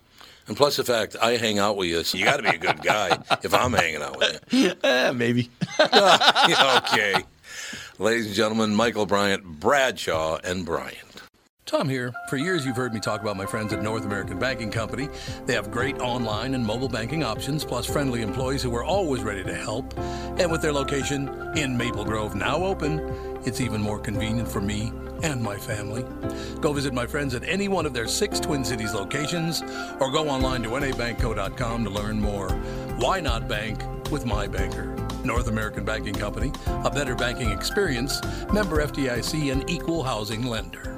S16: And plus the fact I hang out with you, so you got to be a good guy if I'm hanging out with
S17: Eh, maybe.
S16: you. okay. Ladies and gentlemen, Michael Bryant, Bradshaw, and Bryant.
S1: Tom here. For years, you've heard me talk about my friends at North American Banking Company. They have great online and mobile banking options, plus friendly employees who are always ready to help. And with their location in Maple Grove now open, it's even more convenient for me and my family. Go visit my friends at any one of their six Twin Cities locations or go online to nabankco.com to learn more. Why not bank with my banker? North American Banking Company, a better banking experience, member FDIC, and equal housing lender.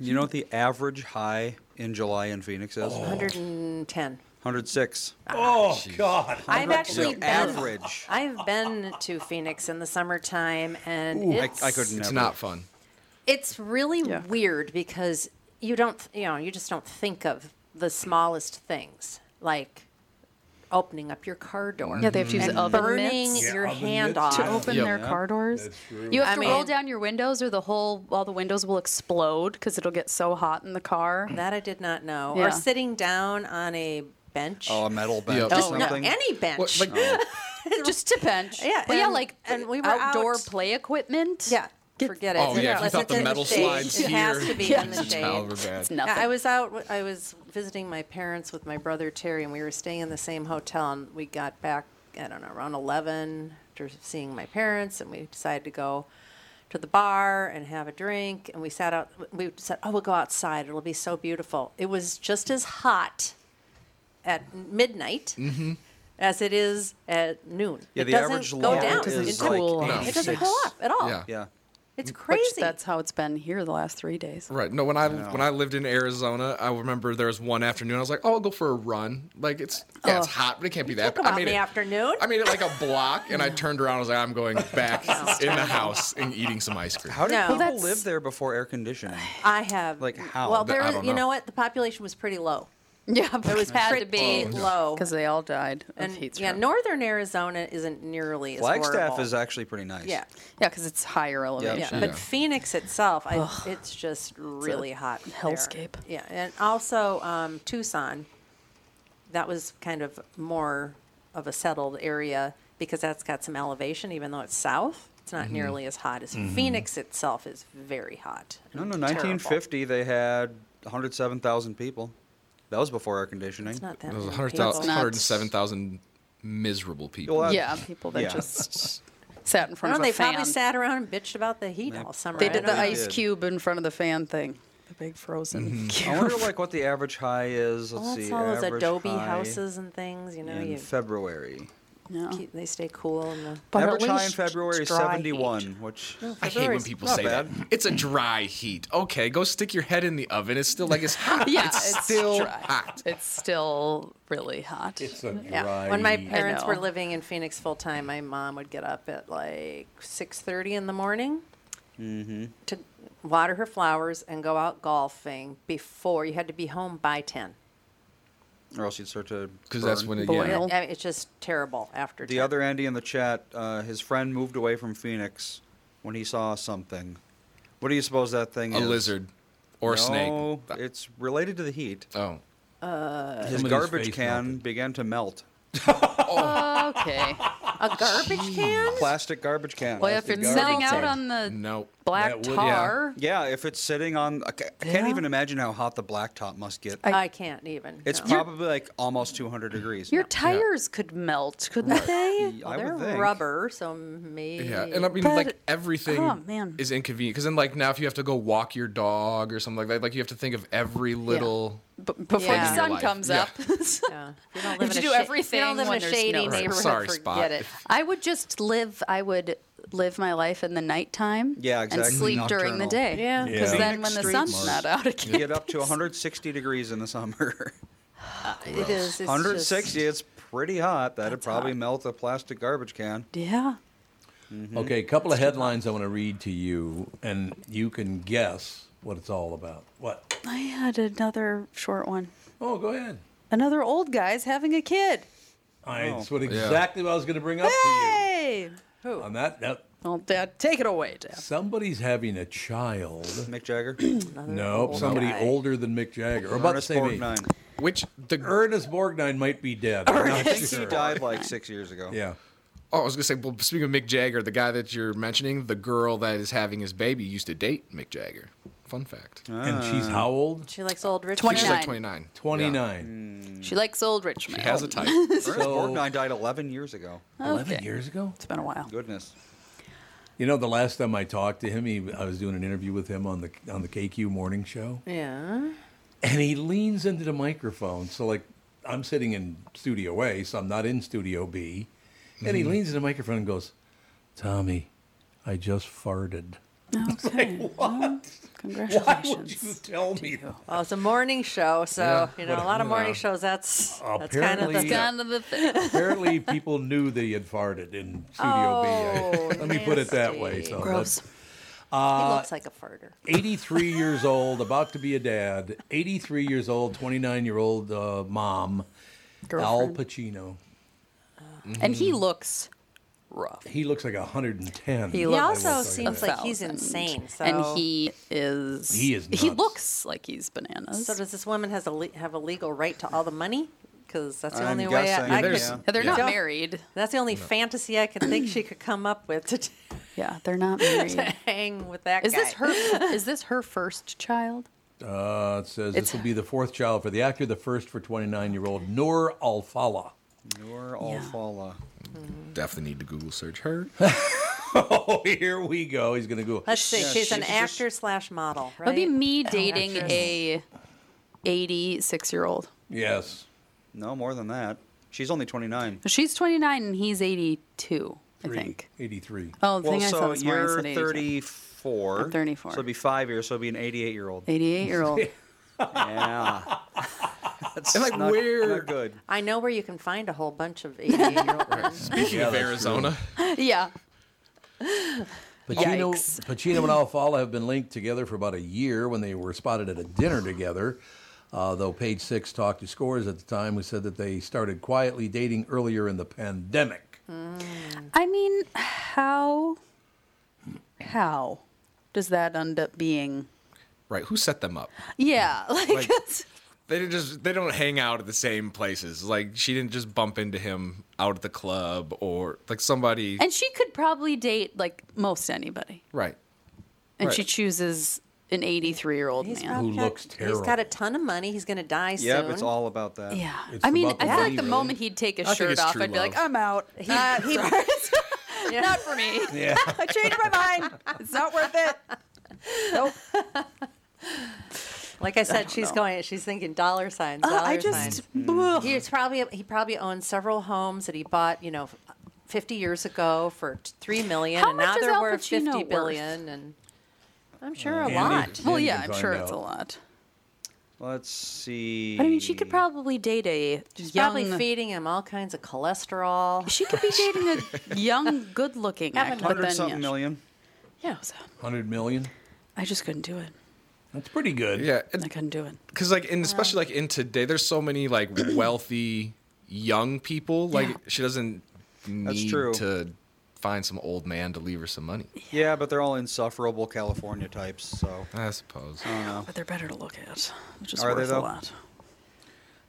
S5: You know what the average high in July in Phoenix is?
S3: Oh. 110.
S5: 106.
S6: Oh God!
S3: I've actually
S5: So
S3: been,
S5: average.
S3: I've been to Phoenix in the summertime, and
S5: Ooh, I-
S3: it's,
S5: I could
S7: It's
S5: never.
S7: not fun.
S3: It's really weird because you don't, you know, you just don't think of the smallest things like opening up your car door.
S2: Yeah, they have to use
S3: and
S2: oven
S3: burning
S2: mitts.
S3: your
S2: Yeah, oven
S3: hand
S2: mitts.
S3: off
S2: To open Yep. their car doors. You have
S3: I
S2: to roll
S3: mean-
S2: down your windows, or the whole all the windows will explode because it'll get so hot in the car.
S3: That I did not know.
S2: Yeah.
S3: Or sitting down on a bench.
S5: Oh, a metal bench or
S3: Just, no,
S5: something.
S3: any bench.
S2: just to bench.
S3: Yeah,
S2: but yeah,
S3: and-
S2: like
S3: and we were
S2: outdoor
S3: out-
S2: play equipment.
S3: Yeah, forget it.
S7: Oh, yeah, if you
S3: Unless
S7: thought
S3: it's
S7: the
S3: in
S7: metal
S3: shade.
S7: slides
S3: It has
S7: here-
S3: to be
S7: Yeah.
S3: in the
S7: It's
S3: shade.
S7: however bad. It's
S2: nothing.
S3: I was out. I was visiting my parents with my brother Terry, and we were staying in the same hotel. And we got back, I don't know, around eleven after seeing my parents, and we decided to go to the bar and have a drink. And we sat out. We said, "Oh, we'll go outside. It'll be so beautiful." It was just as hot at midnight
S5: Mm-hmm.
S3: as it is at noon.
S5: Yeah,
S3: it
S5: the
S3: doesn't
S5: average
S3: go
S5: low
S3: down.
S5: is
S3: it doesn't,
S5: like
S3: it doesn't go up at all.
S7: Yeah.
S5: Yeah.
S3: It's crazy.
S2: that's how it's been here the last three days.
S7: Right. No, when I, when I lived in Arizona, I remember there was one afternoon I was like, "Oh, I'll go for a run." Like it's yeah, it's hot, but it can't be that.
S3: Talk
S7: bad. I
S3: about
S7: made
S3: the
S7: it.
S3: afternoon.
S7: I made it like a block, and I turned around. I was like, "I'm going back in the house and eating some ice cream."
S5: How did
S3: No. Well,
S5: people
S3: that's-
S5: live there before air conditioning?
S3: I have.
S5: Like how?
S3: Well, there, you know. what? The population was pretty low.
S2: Yeah,
S3: it was
S2: had
S3: pretty
S2: to be
S5: Oh,
S3: low
S2: because they all died of
S3: and
S2: heat
S3: yeah,
S2: stroke.
S3: northern Arizona isn't nearly as
S5: Flagstaff
S3: horrible.
S5: is actually pretty nice.
S3: Yeah,
S2: yeah, because it's higher
S5: elevation.
S3: But
S5: Yeah.
S3: Phoenix itself, I, it's just really hot. there.
S2: hellscape.
S3: Yeah, and also um, Tucson. That was kind of more of a settled area because that's got some elevation, even though it's south. It's not
S5: Mhm.
S3: nearly as hot as
S5: Mhm.
S3: Phoenix itself is very hot.
S5: No, no,
S3: and terrible.
S5: 1950 they had 107,000 people. That was before air conditioning.
S3: It's not that
S7: It was
S3: many
S7: 100,000
S3: people.
S7: 107,000 miserable people.
S5: Well,
S2: Yeah, people that
S7: Yeah.
S2: just sat in
S3: I
S2: front
S3: don't
S2: of
S3: know,
S2: a
S3: they
S2: fan.
S3: probably sat around and bitched about the heat all summer.
S2: They
S3: I
S2: did
S3: don't
S2: the
S3: know.
S2: ice
S5: did.
S2: cube in front of the fan thing, the big frozen. cube.
S5: I wonder like what the average high is. Let's
S3: Well, that's
S5: see.
S3: all those
S5: average
S3: adobe
S5: high
S3: houses and things, you know,
S5: in
S3: you-
S5: February.
S3: Keep- they stay cool in the.
S5: average high in February is 71, which
S3: Oh.
S7: I hate when people say that. It's a dry heat. Okay, go stick your head in the oven. It's still like it's hot.
S2: yeah,
S7: it's, still
S2: dry.
S7: hot.
S2: It's still really hot. It's a
S3: Yeah. When my parents were
S2: living.
S3: living in Phoenix full time, my mom would get up at like six thirty in the morning
S5: Mm-hmm.
S3: to water her flowers and go out golfing before you had to be home by ten.
S5: Or else you'd start to
S7: 'Cause that's
S5: burn.
S7: when it-
S3: I mean, it's just terrible after.
S5: The other Andy in the chat, uh, his friend moved away from Phoenix when he saw something. What do you suppose that thing
S7: A
S5: is?
S7: lizard or a snake.
S5: No, It's related to the heat.
S7: Oh.
S3: Uh,
S5: His
S7: Somebody's
S5: garbage
S7: face
S5: can began to melt.
S2: Okay.
S3: A garbage can?
S5: Plastic garbage can.
S2: Well, if you're sitting out on the black tar,
S5: Yeah. if it's sitting on. I ca- I can't even imagine how hot the black top must get.
S3: I, can't even.
S5: it's
S3: no.
S5: probably like almost 200 degrees.
S2: your tires could melt, couldn't they?
S5: I would
S3: they're
S5: think.
S3: rubber, so maybe.
S7: Yeah, and I mean,
S2: But-
S7: like everything
S2: oh, man.
S7: is inconvenient because then, like now, if you have to go walk your dog or something like that, like you have to think of every little.
S2: Before
S7: Yeah.
S2: the
S7: Your
S2: sun
S7: life.
S2: comes
S7: Yeah.
S2: up, yeah.
S3: you
S2: don't
S3: live in
S2: do
S3: a sha- you
S2: everything.
S3: don't live in
S2: when
S3: a
S2: there's
S3: shady
S2: no-
S7: Right, neighborhood, sorry,
S2: forget
S7: Spot.
S2: it. I would just live. I would live my life in the nighttime.
S5: Yeah, exactly.
S2: And sleep during the day. Because then when the sun's not out, it
S5: you get up to 160 degrees in the summer.
S3: it is. It's
S5: 160. It's pretty hot. That'd probably melt a plastic garbage can.
S2: Yeah. Mm-hmm.
S6: Okay, a couple of headlines I want to read to you, and you can guess what it's all about. What?
S2: I had another short one.
S6: Oh, go ahead.
S2: Another old guy's having a kid.
S6: I,
S2: Oh.
S6: That's what
S2: Yeah.
S6: exactly what I was going to bring up
S2: Hey.
S6: to you. On that, that
S2: Well, Dad, take it away, Dad.
S6: somebody's having a child. Mick
S5: Jagger.
S6: nope,
S5: old
S6: somebody
S5: guy.
S6: older than Mick Jagger, or about
S5: Ernest
S6: the same
S5: Borgnine.
S6: age.
S7: Which the
S6: Ernest Borgnine might be dead. I'm
S5: I
S6: not
S5: think he
S6: sure.
S5: died like six years ago.
S6: Yeah.
S7: Oh, I was gonna say. Well, speaking of Mick Jagger, the guy that you're mentioning, the girl that is having his baby used to date Mick Jagger Fun fact.
S6: And she's
S5: Ah.
S6: how old?
S3: She likes old rich
S7: She's like
S3: men.
S7: 29.
S6: 29.
S2: She likes old rich
S5: She
S2: men.
S5: has a type. Ernest Borgnine died 11 years ago.
S6: 11 years ago?
S2: It's been a while.
S5: Goodness.
S6: You know, the last time I talked to him, he, I was doing an interview with him on the on the KQ morning show,
S3: Yeah.
S6: and he leans into the microphone. So, like, I'm sitting in Studio A, so I'm not in Studio B, and he
S17: Mhm.
S6: leans into the microphone and goes, "Tommy, I just farted."
S3: Okay. Oh,
S6: what?
S3: Congratulations.
S6: Why would you tell me? that?
S3: Well, it's a morning show, so
S6: Yeah,
S3: you know
S6: but,
S3: a lot of
S6: you
S3: morning
S6: know,
S3: shows. That's that's kind of
S6: apparently-
S3: the
S6: That's kind
S2: of the thing.
S6: Apparently, people knew that he had farted in Studio
S3: Oh,
S6: B. Let me put it that way. So
S3: Gross.
S6: that's-
S3: he
S6: Uh,
S3: looks like a farter.
S6: 83 years old, about to be a dad. 83 years old, 29 year old uh, mom. Al
S2: Girlfriend.
S6: Pacino.
S2: And he looks rough.
S6: He looks like 110.
S2: He
S6: I
S2: also
S6: will tell you
S3: seems
S6: that.
S3: like he's
S2: thousand.
S3: insane, so-
S2: and he is.
S6: He is
S2: He
S6: nuts.
S2: looks like he's bananas.
S3: So does this woman has a le- have a legal right to all the money? Because that's the
S2: I'm
S3: only
S2: guessing,
S3: way I, I
S2: yeah.
S3: could-
S2: Yeah, they're not married.
S3: That's the only
S2: No.
S3: fantasy I could think she could come up with to,
S2: yeah, they're not
S3: to
S2: married.
S3: hang with that
S2: Is
S3: guy.
S2: this her? is this her first child?
S6: Uh, it says
S2: It's-
S6: this will be the fourth child for the actor, the first for 29 year old Noor Al Fala.
S5: Nor Alfala.
S7: Definitely need to Google search her.
S6: oh, here we go. He's going to go.
S3: Let's see.
S2: Yeah,
S3: she's an
S2: she's
S3: actor slash model,
S2: It
S3: right? Oh,
S2: would be me
S3: An
S2: dating
S3: actress.
S2: a eighty-six-year-old.
S6: Yes.
S5: No, more than that. She's only 29.
S2: She's twenty-nine and he's eighty-two. I think.
S6: 83.
S2: Oh, the
S5: well,
S2: thing I
S5: so
S2: saw this morning
S5: you're
S2: said 82.
S5: 34.
S2: I'm 34.
S5: So it'd be five years, so it'd be an 88 year old.
S2: 88-year-old.
S5: yeah. That's
S7: And, like,
S5: not,
S7: where-
S5: Not good.
S3: I know where you can find a whole bunch of 80 year old men.
S7: Speaking of Arizona,
S2: yeah.
S6: Pacino,
S2: Yikes.
S6: Pacino and Alfala have been linked together for about a year when they were spotted at a dinner together. Uh, though Page Six talked to Scores at the time, who said that they started quietly dating earlier in the pandemic.
S2: I mean, how how does that end up being?
S7: right? Who set them up?
S2: Yeah, like,
S7: Like- They didn't just they don't hang out at the same places. Like she didn't just bump into him out at the club or like somebody.
S2: and she could probably date like most anybody,
S7: right.
S2: and
S7: Right.
S2: she chooses an eighty-three-year-old man
S3: probably got- He's got a ton of money. He's going to die
S5: Yeah,
S3: soon.
S5: but it's all about that.
S2: Yeah. I mean, I feel like the moment he'd take his
S5: I think
S2: shirt
S5: it's
S2: off,
S5: true
S2: I'd be like,
S5: love.
S2: I'm out. Uh, He,
S3: he-
S2: Not for me.
S6: Yeah.
S2: I changed my mind. It's not worth it.
S3: Like I said,
S2: don't
S3: she's
S2: know.
S3: going. She's thinking dollar signs.
S2: Uh,
S3: Dollar
S2: I just- Mm.
S3: signs. He's probably he probably owns several homes that he bought. You know. 50 years ago for t- 3 million
S2: How
S3: and
S2: much
S3: now
S2: is
S3: they're
S2: Al
S3: worth
S2: Pacino
S3: 50
S2: worth?
S3: billion and I'm sure a
S5: Andy-
S3: lot.
S5: Well, Andy yeah, can I'm sure find it's a out.
S2: lot.
S5: Let's see.
S2: But I mean, she could probably date a
S3: She's
S2: young.
S3: probably feeding him all kinds of cholesterol.
S2: She could be dating a young, good-looking actor. but
S5: 100
S2: then,
S5: something
S2: yeah.
S5: million.
S2: Yeah, so
S6: Hundred million.
S2: I just couldn't do it.
S6: That's pretty good.
S7: Yeah,
S2: I couldn't do it.
S7: Because like, and especially like in today, there's so many like wealthy young people. Like
S2: Yeah.
S7: she doesn't need
S5: true.
S7: to find some old man to leave her some money.
S5: Yeah, but they're all insufferable California types, so.
S7: I suppose.
S5: I don't know.
S2: But they're better to look at, which is
S5: Are they,
S2: worth a
S5: though?
S2: lot.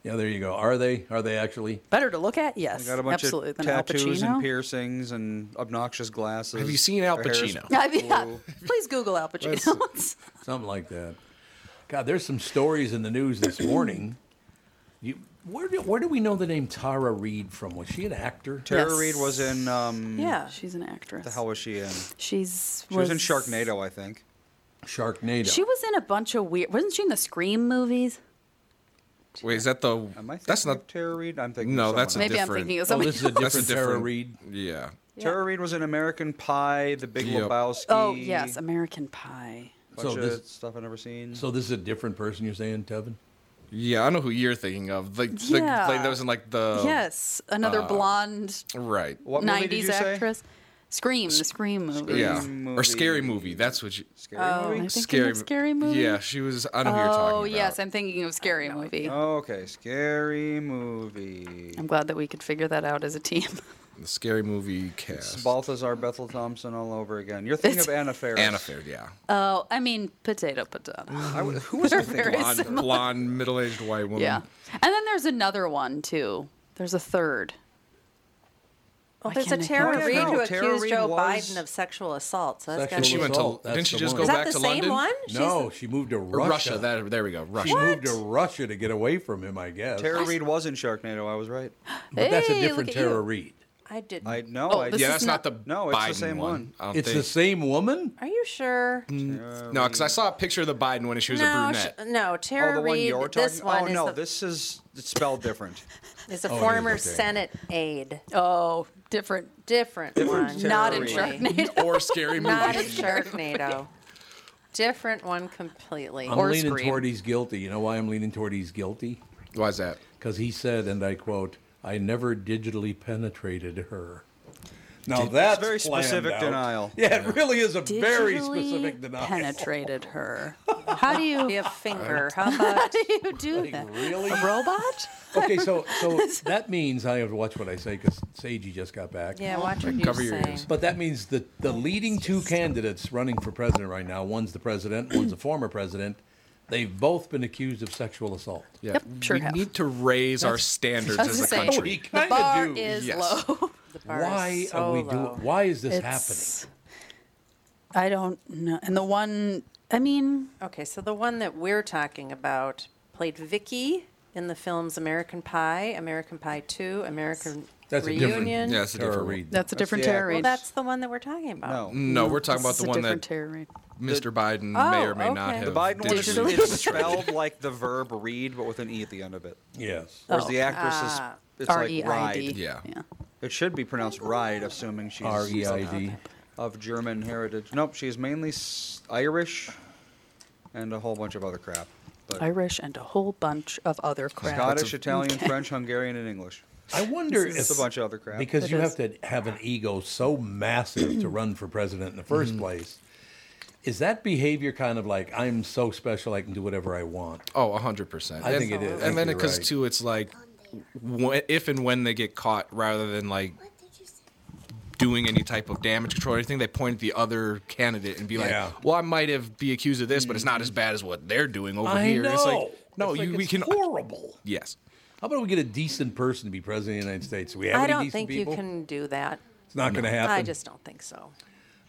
S6: Yeah, there you go. Are they? Are they actually?
S2: Better to look at, yes,
S5: They got a bunch
S2: absolutely.
S5: of
S2: than Al
S5: tattoos
S2: Pacino.
S5: and piercings and obnoxious glasses.
S7: Have you seen Al
S5: Their hair's
S7: Pacino?
S2: I mean, yeah.
S5: blue.
S2: Please Google Al Pacino.
S6: Something like that. God, there's some stories in the news this morning. You, where do where do we know the name Tara Reid from? Was she an actor?
S5: Tara Reid was in. Um,
S2: yeah, she's an actress.
S5: What the hell was she in?
S2: She's
S5: She was in
S2: was-
S5: Sharknado, I think.
S6: Sharknado.
S2: She was in a bunch of weird. Wasn't she in the Scream movies?
S7: Wait, is that the?
S5: Am I thinking
S7: That's
S5: of Tara Reid? I'm thinking.
S7: No,
S5: of
S7: that's a
S5: someone else.
S7: different.
S6: Oh,
S7: that's Yeah.
S5: Tara Reid was in American Pie, The Big
S7: Yep.
S5: Lebowski.
S2: Oh yes, American Pie.
S5: Bunch
S6: So
S5: of
S6: this-
S5: stuff I've never seen.
S6: So this is a different person you're saying, Tevin?
S7: Yeah, I know who you're thinking of. Like the,
S2: Yeah.
S7: like those in like the
S2: yes, another
S7: Oh. uh,
S2: blonde
S7: Right.
S2: '90s actress. Scream, the Scream movie.
S7: Yeah, or scary movie. That's what you. Scary
S2: Oh, movie? am I thinking of Scary movie?
S7: Yeah, she was. I know
S2: oh
S7: who you're talking about.
S2: yes, I'm thinking of Scary Movie.
S5: Oh, okay, scary movie.
S2: I'm glad that we could figure that out as a team.
S7: The scary movie
S5: It's
S7: cast.
S5: Balthazar Bethel Thompson all over again. You're thinking of Anna Faris.
S7: Anna Faris, yeah.
S2: Oh, I mean, potato, potato.
S5: I w- who was I
S2: They're
S5: thinking
S2: very
S5: of?
S7: Blonde,
S2: similar.
S7: blonde middle-aged white woman.
S2: Yeah. And then there's another one too. There's a third.
S3: Well,
S2: Why
S3: there's a
S2: can't I
S3: Tara
S2: think of
S3: Reid
S2: it?
S3: who
S2: No,
S3: accused
S2: Tara Reid
S3: Joe
S2: was-
S3: Biden of sexual assault. So that's
S6: Sexual
S3: got
S7: she went to-
S6: assault,
S7: didn't
S6: that's
S7: she
S6: the
S7: just
S6: one.
S7: go
S3: Is that
S7: back
S3: the
S7: to
S3: same
S7: London?
S3: one? She's-
S6: No, she moved to
S7: Or
S6: Russia.
S7: Russia, that- there we go,
S6: She
S7: Russia.
S6: moved to Russia to get away from him, I guess.
S5: Tara Reid was in Sharknado. I was right.
S6: But that's a
S3: Hey,
S6: different
S3: look at you.
S6: Tara Reid.
S3: I did.
S5: I know.
S3: Oh,
S5: I,
S3: this
S7: Yeah, is that's not not- the
S5: no. It's the
S7: Biden
S5: same
S7: one.
S5: one.
S7: I don't
S6: It's the
S7: think-
S6: same woman?
S3: Are you sure?
S7: No, because I saw a picture of Mm, the Biden when she was a
S3: no,
S7: brunette.
S3: sh- no, Tara
S5: oh, the one
S3: Reid.
S5: you're talking.
S3: this one
S5: oh
S3: is
S5: no,
S3: the
S5: this is it's spelled different.
S3: Is a
S5: Oh, it is,
S3: former
S5: okay.
S3: Senate aide. Oh, different, different, one.
S2: Not in Sharknado.
S7: or scary
S3: Not in
S2: movie.
S3: Sharknado. different one completely.
S6: I'm
S3: or
S6: leaning
S3: Scream.
S6: toward he's guilty. You know why I'm leaning toward he's guilty?
S7: Why's that?
S6: Because he said, and I quote, "I never digitally penetrated her." Now
S5: Did-
S6: Oh, that's
S5: Very
S6: planned
S5: specific
S6: out.
S5: denial.
S6: Yeah, it really is a very
S3: Digitally
S6: specific denial.
S2: Penetrated her.
S3: How do you be a finger? How about do you do that?
S6: Really?
S3: A robot?
S6: okay, so so that means I have to watch what I say because Sagey just got back.
S3: Yeah, watch what you Cover your say. ears.
S6: But that means the the leading two candidates running for president right now, one's the president, one's the former president. They've both been accused of sexual assault.
S7: Yeah, we need to raise our
S6: That's-
S7: standards
S6: I was
S7: as a
S6: gonna say,
S7: country.
S6: we kinda The bar do.
S2: is
S7: Yes.
S2: low.
S6: Why are we doing? Why is this
S2: It's- I don't know. And the one, I mean,
S3: Okay, so the one that we're talking about played Vicky in the films American Pie, American Pie Two, American
S6: That's a different-
S3: Reunion.
S7: Yeah, it's a
S6: Tara
S7: different
S6: Reid.
S7: one.
S2: That's a That's different the Tara
S3: terror.
S2: actress.
S3: Well,
S2: Reid.
S3: that's the one that we're talking about.
S7: No,
S6: Mm.
S7: we're talking about
S2: this
S7: the
S2: is a
S7: one that
S2: different Tara Reid.
S7: Mr. Biden may or may
S3: Oh,
S7: not
S3: okay.
S7: have.
S5: The Biden one is,
S7: digitally
S5: is spelled like the verb read, but with an e at the end of it.
S6: Yes.
S5: Whereas
S6: Oh.
S5: the actress is
S3: Ah.
S5: it's like ride.
S2: R-E-I-D.
S5: E Yeah.
S2: Yeah.
S5: It should be pronounced ride, assuming she's
S6: R.E.I.D..
S5: of German heritage. Nope, she's mainly s- Irish, and a whole bunch of other crap. But
S2: Irish and a whole bunch of other crap.
S5: Scottish, Italian,
S2: Okay.
S5: French, Hungarian, and English.
S6: I wonder
S5: This is-
S6: if
S5: It's a bunch of other crap.
S6: because
S5: It
S6: you
S5: is.
S6: have to have an ego so massive to run for president in the 1st
S7: Mm-hmm.
S6: place. Is that behavior kind of like I'm so special I can do whatever I want?
S7: Oh, hundred percent.
S6: I
S7: and,
S6: think it is. I think
S7: And then
S6: you're
S7: because
S6: right.
S7: too, it's like wh- if and when they get caught, rather than like doing any type of damage control or anything, they point at the other candidate and be like,
S6: Yeah. Mm-hmm.
S7: "Well, I might have be accused of this, but it's not as bad as what they're doing over
S6: I
S7: here."
S6: know.
S7: It's like, no,
S6: It's
S7: you,
S6: like
S7: we
S6: it's
S7: can.
S6: horrible.
S7: Yes.
S6: How about we get a decent person to be president of the United States? Do we have
S3: I
S6: any
S3: don't
S6: decent
S3: think
S6: people?
S3: you can do that.
S6: It's not going to happen.
S3: I just don't think so.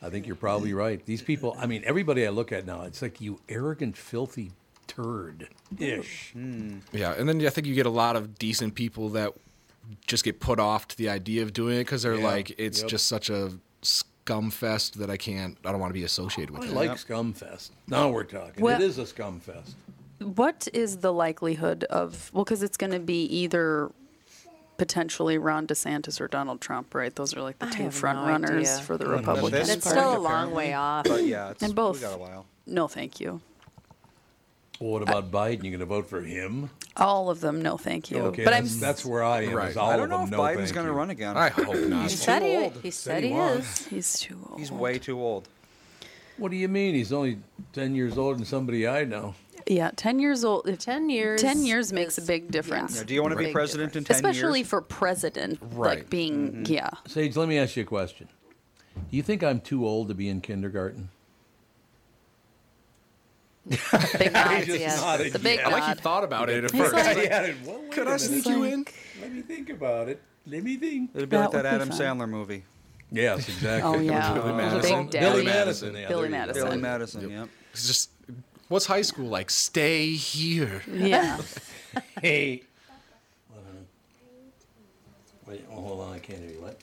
S6: I think you're probably right. These people, I mean, everybody I look at now, it's like you arrogant, filthy turd ish.
S7: Mm-hmm. Yeah, and then I think you get a lot of decent people that just get put off to the idea of doing it because they're
S6: Yeah.
S7: like, it's
S6: Yep.
S7: just such a scum fest that I can't. I don't want to be associated with
S6: I
S7: it.
S6: like Scumfest. Now we're talking.
S2: Well-
S6: it is a Scumfest.
S2: What is the likelihood of, well, because it's going to be either potentially Ron DeSantis or Donald Trump, right? Those are like the
S3: I
S2: two
S3: have
S2: front
S3: no
S2: runners
S3: idea.
S2: for the
S3: Mhm.
S2: Republican
S3: That's
S2: Party.
S3: It's still a long way off.
S5: But yeah, it's,
S2: and both.
S5: We got a while.
S2: No, thank you.
S6: Well, what about Biden? You going to vote for him?
S2: All of them, no, thank you.
S6: Okay,
S2: but I'm,
S6: that's, that's where I am. Is
S7: Right.
S6: all
S5: I don't
S6: of
S5: know
S6: them,
S5: if
S6: no,
S5: Biden's
S6: thank
S5: going to
S6: you.
S5: run again.
S7: I hope not.
S3: He said he,
S5: old.
S3: he said
S6: he
S3: he
S6: was.
S3: is.
S2: he's too old.
S5: He's way too old.
S6: What do you mean? He's only 10 years older than somebody I know.
S2: Yeah, 10 years old. if-
S3: 10 years
S2: 10 years makes a big difference.
S5: Yeah, do you want to be
S2: Big
S5: president in
S2: difference.
S5: 10
S2: Especially
S5: years?
S2: for president. Like
S7: Right.
S2: being, yeah.
S6: Sage, let me ask you a question. Do you think I'm too old to be in kindergarten?
S3: Big nods,
S6: just
S3: yes.
S6: nodded
S3: The big
S6: yes.
S3: nod.
S6: I
S7: Like he thought about it at
S2: He's
S7: first.
S2: like-
S6: Yeah, well, wait
S7: Could
S6: a
S7: I
S6: minute.
S7: sneak you in?
S6: Let me think about it. Let me think.
S5: It'd be
S2: That
S5: like that
S2: would be
S5: Adam
S2: fun.
S5: Sandler movie.
S6: Yes, exactly.
S2: Oh, yeah.
S7: Billy
S2: Big
S7: Madison.
S2: daddy.
S6: Billy Madison. yeah,
S2: Billy
S6: there you go.
S2: Madison.
S5: Billy Madison, yep.
S7: It's just what's high school like? Stay here.
S2: Yeah.
S6: Hey. Hold on. Wait, oh, hold on. I can't hear you. What?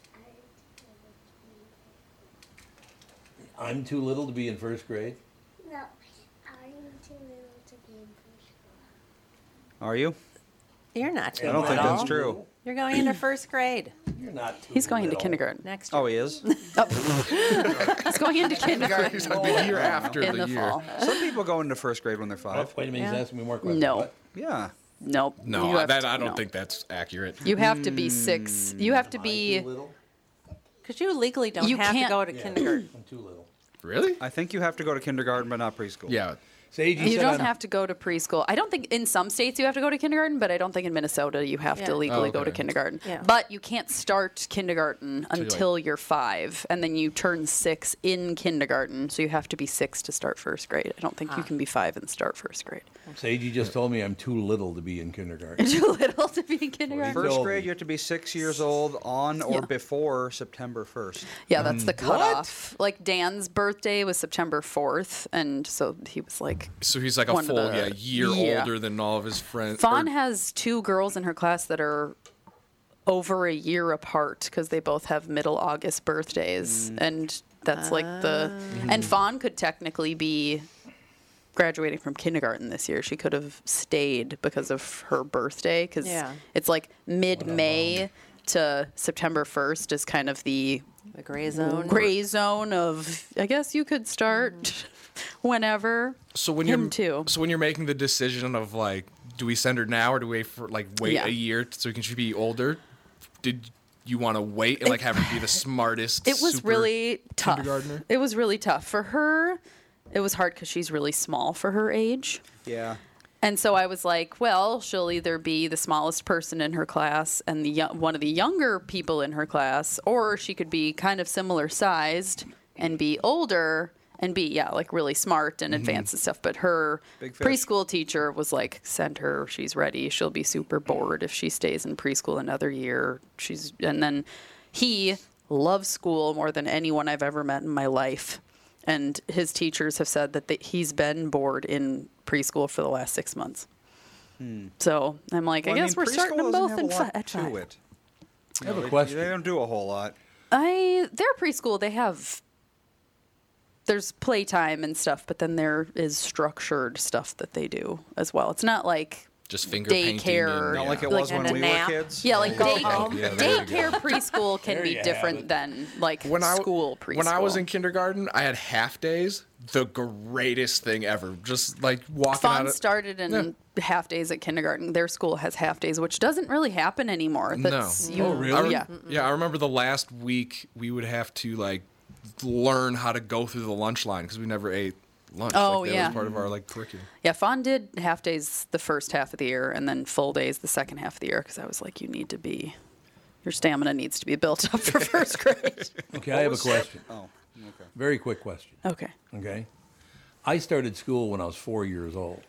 S6: I'm too little to be in first grade.
S15: No, I'm too little to be in preschool.
S5: Are you?
S3: You're not too
S5: I don't think
S3: little.
S5: that's true.
S3: You're going into first grade
S6: You're not too
S2: He's going into
S6: little.
S2: kindergarten.
S3: next year.
S5: Oh, he is.
S2: He's going into kindergarten
S7: It's like the year after
S2: in
S7: the,
S2: the
S7: year.
S2: fall.
S5: Some people go into first grade when they're
S6: Oh,
S5: five.
S6: wait a minute. He's
S3: Yeah.
S6: asking me more questions.
S2: No.
S6: What?
S5: Yeah.
S2: Nope.
S7: No,
S2: You have
S7: that
S2: to-
S7: I don't
S2: no.
S7: think that's accurate.
S2: You have to be six. You have to
S6: Am Mm. I
S2: be.
S6: too little?
S3: Because you legally don't
S2: You
S3: have to
S2: can't-
S3: go to
S6: Yeah,
S3: kindergarten.
S6: I'm too little.
S7: Really?
S5: I think you have to go to kindergarten, but not preschool.
S7: Yeah.
S6: Sage,
S2: you
S6: said
S2: don't
S6: on-
S2: have to go to preschool. I don't think in some states you have to go to kindergarten, but I don't think in Minnesota you have
S3: Yeah.
S2: to legally
S3: Oh,
S2: go to
S3: okay.
S2: kindergarten.
S3: Yeah.
S2: But you can't start kindergarten
S3: Till you're like-
S2: until you're five, and then you turn six in kindergarten. So you have to be six to start first grade. I don't think
S3: Ah.
S2: you can be five and start first grade.
S6: Sage, you just told me I'm too little to be in kindergarten.
S2: Too little to be in kindergarten.
S5: First grade, you have to be six years old on or before September 1st.
S2: Yeah, that's the cutoff. Like Dan's birthday was September 4th, and so he was like.
S7: So he's like a
S2: one of
S7: full
S2: the-
S7: yeah, year
S2: Yeah.
S7: older than all of his friends. or-
S2: Fawn has two girls in her class that are over a year apart because they both have middle August birthdays, and that's like the. And Fawn could technically be graduating from kindergarten this year. She could have stayed because of her birthday because
S3: Yeah.
S2: it's like mid-May to September 1st is kind of the
S3: The gray zone. Mm.
S2: Gray zone of I guess you could start whenever.
S7: So when
S2: Him
S7: you're
S2: too.
S7: so when you're making the decision of like, do we send her now or do we for, like wait
S2: Yeah.
S7: a year t- so can she be older? Did you want to wait and like have her be the smartest?
S2: It was
S7: super
S2: really tough.
S7: kindergartner?
S2: It was really tough for her. It was hard because she's really small for her age.
S5: Yeah.
S2: And so I was like, well, she'll either be the smallest person in her class and the yo- one of the younger people in her class, or she could be kind of similar sized and be older and be yeah, like really smart and advanced and stuff. But her
S3: Mm-hmm. Big fish.
S2: preschool teacher was like, send her, she's ready. She'll be super bored if she stays in preschool another year. She's and then he loves school more than anyone I've ever met in my life and his teachers have said that th he's been bored in preschool for the last six months. So I'm like,
S5: Hmm. Well,
S2: I guess
S5: mean,
S2: we're starting them
S5: preschool doesn't
S2: both
S5: have
S2: in
S5: a lot
S2: fi- at five.
S5: To it.
S6: I have a
S5: they-
S6: question.
S5: They don't do a whole lot.
S2: I their preschool they have there's playtime and stuff, but then there is structured stuff that they do as well. It's not like
S7: just finger painting
S2: daycare,
S7: and,
S2: or-
S7: yeah.
S2: and a nap. Yeah, like
S7: Yeah.
S2: day-
S7: Yeah, there you
S2: daycare preschool can
S7: There
S2: be
S7: you have
S2: different than like school preschool.
S7: When I was in kindergarten, I had half days. The greatest thing ever. Just like walking out.
S2: Fawn
S7: of-
S2: started in half days at kindergarten. Their school has half days, which doesn't really happen anymore.
S6: Oh,
S2: That's
S7: no.
S2: you-
S7: I re-
S2: Yeah.
S7: Yeah, I remember the last week we would have to like learn how to go through the lunch line because we never ate lunch.
S2: Oh,
S7: like, that
S2: yeah.
S7: was part of our like curriculum.
S2: Yeah, Fawn did half days the first half of the year and then full days the second half of the year because I was like, you need to be, your stamina needs to be built up for first grade.
S6: Okay, I have a question.
S5: Oh, okay.
S6: Very quick question.
S2: Okay.
S6: Okay. I started school when I was four years old,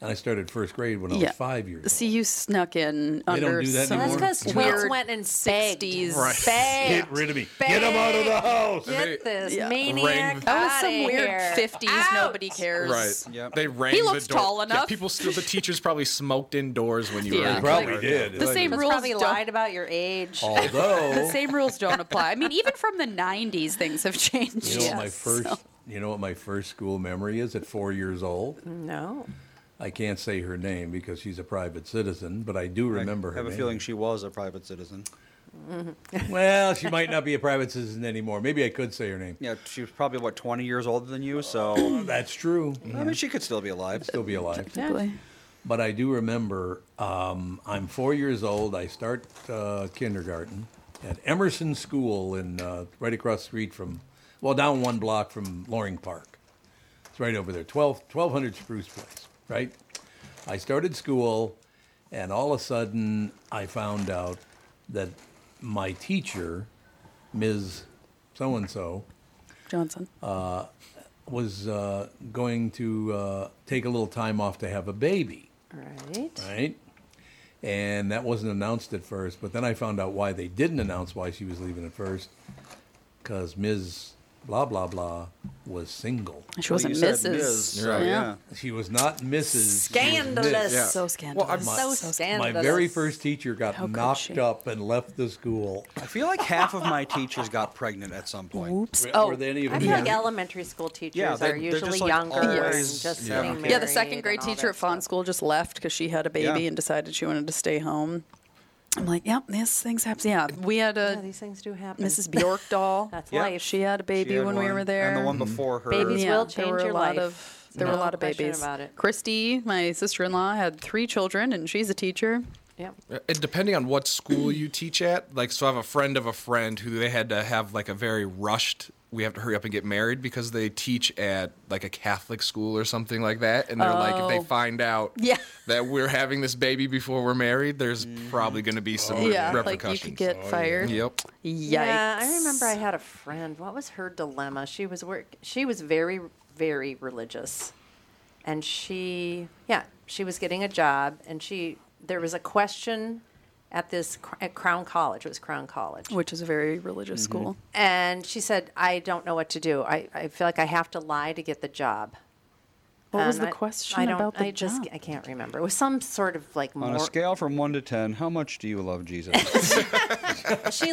S6: and I started first grade when I
S2: Yeah.
S6: was Oh, five years
S2: See, you snuck in
S6: They don't
S2: under
S6: do that
S2: some
S6: anymore? That's 'cause
S2: weird
S3: twins went and begged.
S2: 60s.
S6: Right. Get rid of me. Get 'em out of the house.
S3: Get this
S2: Yeah.
S3: maniac.
S2: That was some
S3: outta
S2: weird
S3: here.
S2: 50s, nobody cares.
S7: Right. They rang
S2: He
S7: the
S2: looks
S7: door.
S2: tall
S7: Yeah,
S2: enough.
S7: people still the teachers probably smoked indoors when you
S2: Yeah.
S7: were
S2: They probably
S6: did.
S2: The same
S3: That's
S2: rules
S3: probably
S2: don't-
S3: lied about your age.
S6: Oh. Although-
S2: the same rules don't apply. I mean, even from the 90s, things have changed.
S6: You know what my first you know what my first school memory is at four years old?
S3: No.
S6: I can't say her name because she's a private citizen, but I do remember
S5: I
S6: her
S5: have a
S6: name.
S5: feeling she was a private citizen.
S6: well, she might not be a private citizen anymore. Maybe I could say her name.
S5: Yeah, she was probably what 20 years older than you, so
S6: that's true.
S5: I mean, she could still be alive.
S6: Still be alive.
S2: Technically.
S6: But I do remember um, I'm four years old. I start uh, kindergarten at Emerson School in uh, right across the street from, well, down one block from Loring Park. It's right over there, 12, 1200 Spruce Place, right? I started school, and all of a sudden I found out that my teacher, Ms. So and so,
S2: Johnson.
S6: uh, was uh, going to uh, take a little time off to have a baby,
S3: All right.
S6: right? And that wasn't announced at first, but then I found out why they didn't announce why she was leaving at first, because Ms. Blah blah blah was single.
S2: She Well, wasn't you said Mrs., Ms., so,
S6: Right.
S2: yeah.
S6: She was not Mrs. she was Miss.
S3: Scandalous. Yeah. So scandalous.
S6: I'm-
S3: So
S6: My
S3: scandalous.
S6: very first teacher got knocked up and left the school.
S5: I feel like half of my teachers got pregnant at some point.
S6: Oops.
S5: Oh,
S6: were they any of
S3: I
S6: them
S3: feel like
S6: young?
S3: elementary school teachers
S5: Yeah, they're-
S3: are
S5: they're
S3: usually
S5: just, like,
S3: younger
S5: always-
S3: and just
S5: Yeah.
S3: getting married.
S2: Yeah, the second grade teacher at Fawn School just left because she had a baby
S3: Yeah.
S2: and decided she wanted to stay home. I'm like, yep, these things happen. Yeah, we had a
S3: Yeah, these things do happen.
S2: Mrs. Bjork doll.
S3: That's
S2: Yeah. Mm-hmm.
S3: life.
S2: She had a baby
S3: had
S2: when we
S3: one,
S2: were
S3: and
S2: there.
S5: the
S6: Mm-hmm.
S5: one before her-
S3: Babies
S2: Yeah,
S3: will
S2: there
S3: change
S2: were
S3: your
S2: a lot
S3: life.
S2: Of, there were a
S3: No
S2: lot of
S3: question
S2: babies.
S3: about it.
S2: Christy, my sister-in-law, had three children, and she's a teacher.
S3: Yep.
S7: And depending on what school you teach at, like, so I have a friend of a friend who they had to have like a very rushed we have to hurry up and get married because they teach at like a Catholic school or something like that, and they're like if
S2: Oh.
S7: they find out
S2: Yeah.
S7: that we're having this baby before we're married, there's probably going to be some re-
S2: Oh, yeah, like you
S7: repercussions.
S2: could get fired.
S7: Yep.
S2: Yikes.
S3: Yeah, I remember I had a friend. What was her dilemma? She was work. She was very, very religious, and she, yeah, she was getting a job, and she there was a question at this cr- at Crown College. It was Crown College,
S2: which is a very religious school.
S3: and she said, "I don't know what to do. I, I feel like I have to lie to get the job."
S2: What was
S3: And
S2: the
S3: Um, I-
S2: question
S3: I don't,
S2: about the
S3: I just,
S2: job?
S3: I can't remember. It was some sort of like
S5: On
S3: mor-
S5: a scale from one to ten, how much do you love Jesus?
S3: she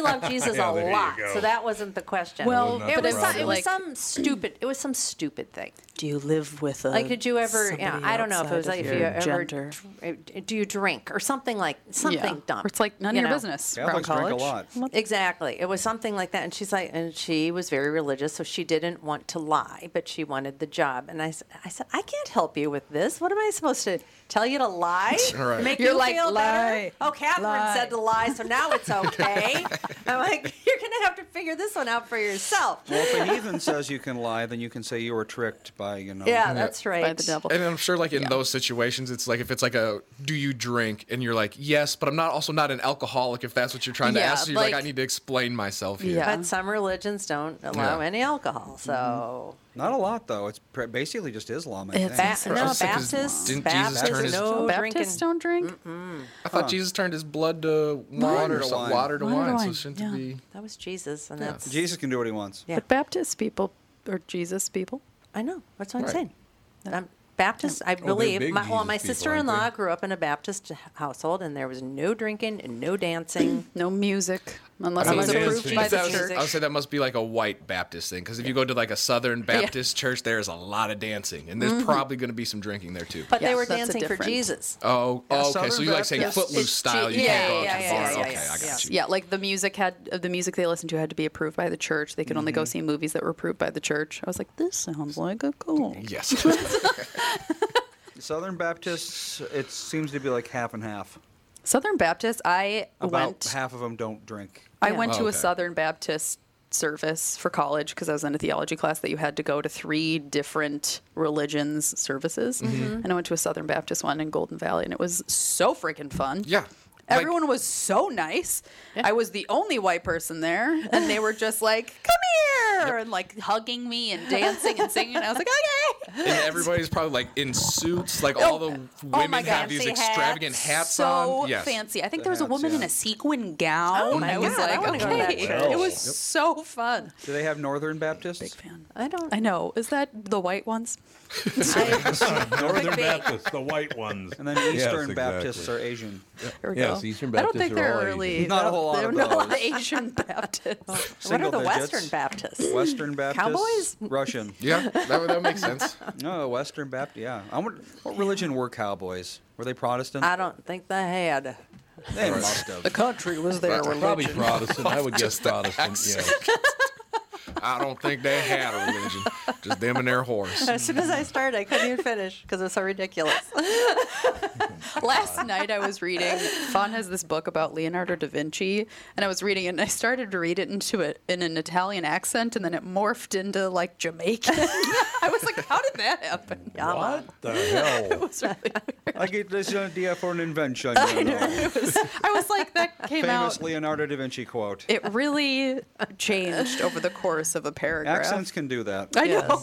S3: loved Jesus
S5: Yeah,
S3: a
S5: there you
S3: lot,
S5: go.
S3: so that wasn't the question.
S2: Well, Wasn't that
S3: it
S2: the
S3: was some, it was
S2: problem?
S3: some stupid. It was some stupid thing.
S2: Do you live with a
S3: Like, did you ever? Yeah, I don't know if it was like if you ever dr- eh, do you drink or something like something
S2: Yeah.
S3: dumb.
S2: Or it's like none of
S3: you
S2: your
S3: know?
S2: business. Catholics Brown drink a College. lot.
S3: Exactly. It was something like that, and she's like, and she was very religious, so she didn't want to lie, but she wanted the job. And I, s- I said, I can't help you with this. What am I supposed to tell you to lie?
S2: Right.
S3: Make
S2: You're
S3: you
S2: like,
S3: feel
S2: "Lie,
S3: better? Oh, Catherine
S2: lie."
S3: said to lie, so now it's okay. I'm like, you're gonna have to figure this one out for yourself.
S5: well, if an heathen says you can lie, then you can say you were tricked by you know.
S3: Yeah, that's right. By the devil.
S7: And I'm sure, like in those situations, it's like if it's like a "Do you drink?" and you're like, "Yes," but I'm not also not an alcoholic. If that's what you're trying to
S3: Yeah,
S7: ask, so you're like,
S3: like-
S7: "I need to explain myself here."
S3: Yeah. But some religions don't allow
S7: Yeah.
S3: any alcohol, so.
S5: Not a lot though. It's pr- basically just Islam. I
S3: It's
S5: think.
S3: Ba- no, Also, 'cause Baptists- didn't Jesus Baptists, turn his- no
S2: Baptists
S3: drinking.
S2: don't drink.
S7: I thought
S5: Huh.
S7: Jesus turned his blood to
S5: Water
S7: wine or
S5: to
S7: some-
S5: wine.
S7: water to
S5: Water to
S7: wine, so
S5: wine,
S7: it shouldn't
S3: yeah.
S7: be.
S3: That was Jesus, and
S7: Yeah.
S3: that's
S5: Jesus can do what he wants.
S3: Yeah.
S2: But Baptist people or Jesus people.
S3: I know. That's what I'm
S2: Right. Oh,
S3: saying. I'm Baptist.
S2: they're
S3: I
S2: big
S3: believe my, well,
S2: Jesus
S3: my
S2: people, aren't
S3: sister-in-law grew up in a Baptist household, and there was no drinking and no dancing,
S2: no music, unless
S7: I
S2: it was
S7: mean,
S2: approved by
S7: that
S2: the
S7: was-
S2: church.
S7: I would say that must be like a white Baptist thing, because if you go to like a Southern
S2: Yeah.
S7: Baptist church, there is a lot of dancing, and there's
S2: Mhm.
S7: probably going to be some drinking there too.
S3: But they were
S2: that's a
S3: dancing for
S2: different-
S3: Jesus.
S7: Oh,
S5: Yeah,
S7: oh, okay.
S5: Southern
S7: So you like saying
S5: Baptist.
S7: footloose
S5: It's
S7: style?
S2: G-
S7: you
S2: yeah,
S7: can't go out
S2: yeah,
S7: to the
S2: yeah,
S7: bar.
S2: yeah,
S7: okay,
S2: yeah,
S7: I got
S2: yeah.
S7: you.
S2: Yeah, like the music had uh, the music they listened to had to be approved by the church. They could only
S7: Mm-hmm.
S2: go see movies that were approved by the church. I was like, this sounds like a cool.
S7: Yes.
S5: Southern Baptists, it seems to be like half and half.
S2: Southern Baptist. I
S5: About
S2: went.
S5: half of them don't drink.
S2: I went to a Southern Baptist service for college because I was in a theology class that you had to go to three different religions services,
S3: Mhm.
S2: and I went to a Southern Baptist one in Golden Valley, and it was so freaking fun.
S7: Yeah.
S2: Everyone was so nice. I was the only white person there, and they were just like, "Come here!" and like hugging me and dancing and singing. And I was like, "Okay."
S7: And everybody's probably like in suits, like
S2: Oh,
S7: all the women have these extravagant hats
S2: so
S7: on. Yes.
S2: fancy. I think
S7: The
S2: there was a
S7: hats,
S2: woman in
S7: yeah.
S2: a sequin gown.
S3: Oh, my
S2: I was
S3: God, I
S2: like,
S3: wanna go to that
S2: okay,
S5: church.
S2: it was
S5: Yep.
S2: so fun.
S5: Do they have Northern Baptists? Big fan.
S3: I don't.
S2: I know. Is that the white ones?
S6: Northern Baptists, the white ones.
S5: And then
S6: Yes,
S5: Eastern
S6: exactly.
S5: Baptists are Asian.
S2: There we
S6: yes,
S2: go.
S6: Eastern
S2: I
S6: Baptists
S2: don't think
S6: are
S2: there
S6: all
S2: are
S6: Asian.
S2: really
S5: Not a whole lot
S2: there
S5: of
S2: are not a lot
S5: those.
S2: Asian Baptists.
S3: What are
S5: Single
S3: the
S5: digits.
S3: Western Baptists?
S5: Western Baptists.
S3: Cowboys?
S5: Russian.
S7: Yeah, that, would- that makes sense.
S5: No, Western Baptist. Yeah. I wonder, what religion were cowboys? Were they Protestant?
S3: I don't think they had.
S5: They must have.
S3: The country was their
S6: Probably
S3: religion.
S6: Protestant. I would guess
S7: Just the
S6: Protestant.
S7: accent.
S6: Yeah.
S7: I don't think they had a religion. Just them and their horse.
S3: As soon as I started, I couldn't even finish because it's so ridiculous.
S2: Last night I was reading. Fawn has this book about Leonardo da Vinci, and I was reading it, and I started to read it into it in an Italian accent, and then it morphed into like Jamaican. I was like, how did that happen?
S5: What the
S2: It
S5: hell?
S2: was really
S5: I get this idea for an invention.
S2: I
S5: you
S2: know.
S5: know.
S2: It was, I was like, that came
S5: Famous
S2: out.
S5: Leonardo da Vinci quote.
S2: It really changed over the course of a paragraph.
S5: Accents can do that.
S2: I know.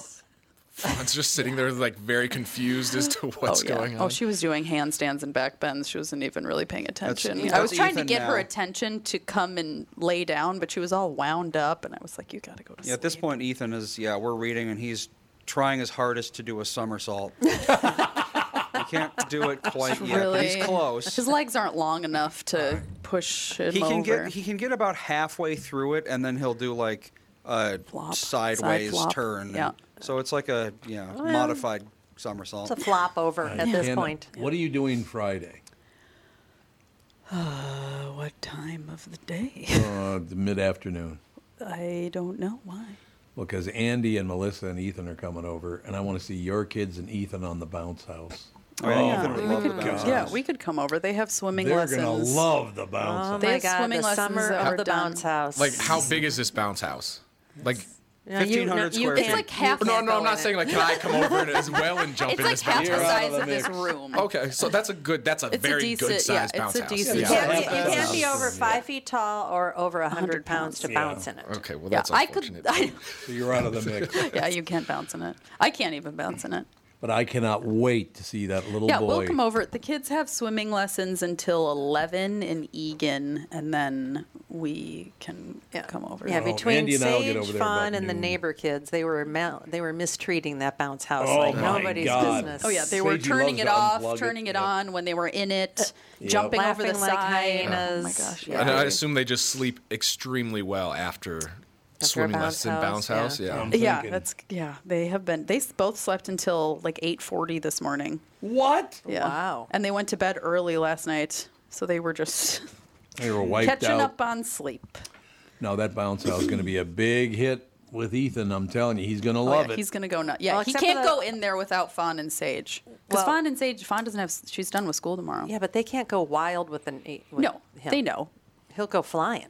S7: Fawn's just sitting there, like very confused as to what's
S2: oh, yeah.
S7: going on.
S2: Oh, she was doing handstands and backbends. She wasn't even really paying attention.
S7: that's
S2: I was trying to
S5: Ethan
S2: get her
S5: now.
S2: attention to come and lay down, but she was all wound up, and I was like, "You gotta go to
S5: Yeah, at this point, Ethan is, yeah, we're reading and he's trying his hardest to do a somersault. he can't do it quite
S2: sleep."
S5: yet, but he's close.
S2: His legs aren't long enough to push him
S5: He can
S2: over.
S5: get he can get about halfway through it and then he'll do like a sideways
S2: flop.
S5: turn.
S2: Yeah.
S5: So it's like a yeah,
S3: Well,
S5: modified somersault.
S3: It's a flop over at this
S6: Ken,
S3: point.
S6: What are you doing Friday?
S2: Uh, what time of the day?
S6: Uh, Mid afternoon.
S2: I don't know why.
S6: Because Andy and Melissa and Ethan are coming over, and I want to see your kids and Ethan on the bounce house.
S5: Oh, yeah, Ethan would
S6: my
S5: love the bounce
S6: God.
S5: house.
S2: Yeah, we could come over. They have swimming
S6: They're
S2: lessons. Um,
S6: gonna love the bounce
S3: Oh
S6: house.
S2: They
S3: my
S2: have
S3: God!
S2: swimming
S3: The
S2: lessons
S3: summer
S2: that
S3: of
S2: are
S3: the
S2: done.
S3: bounce house.
S7: Like, how big is this bounce house? Like,
S3: No, you- no,
S7: 1,500
S3: you
S7: square
S3: can-
S7: feet.
S3: It's like half
S7: No,
S3: that
S7: no, I'm
S3: building.
S7: not saying like, can I come over and as well and jump
S2: It's
S7: in
S2: like
S7: this
S2: half
S7: bounce
S2: the
S7: house?
S2: size of this room.
S7: Okay, so that's a good. That's a
S2: It's a
S7: very
S2: decent- yeah,
S7: good sized
S2: it's
S7: bounce
S2: a
S7: house.
S2: decent
S3: You
S7: Yeah.
S3: can't, be, you can't be over five feet tall or over 100 pounds to
S7: Yeah.
S3: bounce in it.
S7: Okay, well
S2: Yeah,
S7: that's
S2: I could.
S7: unfortunate.
S2: I,
S6: So you're out of the mix.
S2: yeah, you can't bounce in it. I can't even bounce in it.
S6: But I cannot wait to see that
S7: Oh,
S6: little
S2: yeah,
S6: boy.
S2: we'll come over. The kids have swimming lessons until 11 in Egan, and then we can come over.
S3: Yeah,
S7: Oh.
S3: between
S6: Oh, Andy and I'll get
S3: Sage
S6: over there about
S3: Fawn and the
S6: noon.
S3: neighbor kids, they were mal- they were mistreating that bounce house
S6: Oh
S3: like
S6: my
S3: nobody's
S6: God.
S3: business.
S2: Oh yeah, they were
S6: Sagey
S2: turning
S6: loves
S2: it
S6: to
S2: off,
S6: unplug it,
S2: turning it, on when they were in it,
S6: Yep.
S2: jumping over the
S3: Uh, Laughing like
S2: side. Oh my
S3: hyenas.
S2: gosh!
S7: And
S2: yeah.
S7: I assume they just sleep extremely well after, swimming
S3: bounce
S7: lesson, bounce
S3: house,
S7: house. Yeah.
S2: Yeah, that's yeah. They have been. They s- both slept until like eight forty this morning.
S6: What?
S2: Yeah.
S3: Wow.
S2: And they went to bed early last night, so they were just
S6: They were wiped
S2: catching
S6: out.
S2: up on sleep.
S6: No, that bounce house is going to be a big hit with Ethan. I'm telling you, he's going to
S2: Oh,
S6: love
S2: yeah,
S6: it.
S2: He's gonna go nuts. Yeah,
S3: Well,
S2: he
S3: except for
S2: can't
S3: the-
S2: go in there without Fawn and Sage. Because
S3: Well-
S2: Fawn and Sage, Fawn doesn't have. s- She's done with school tomorrow.
S3: Yeah, but they can't go wild with an eight. With
S2: No,
S3: him.
S2: they know.
S3: He'll go flying.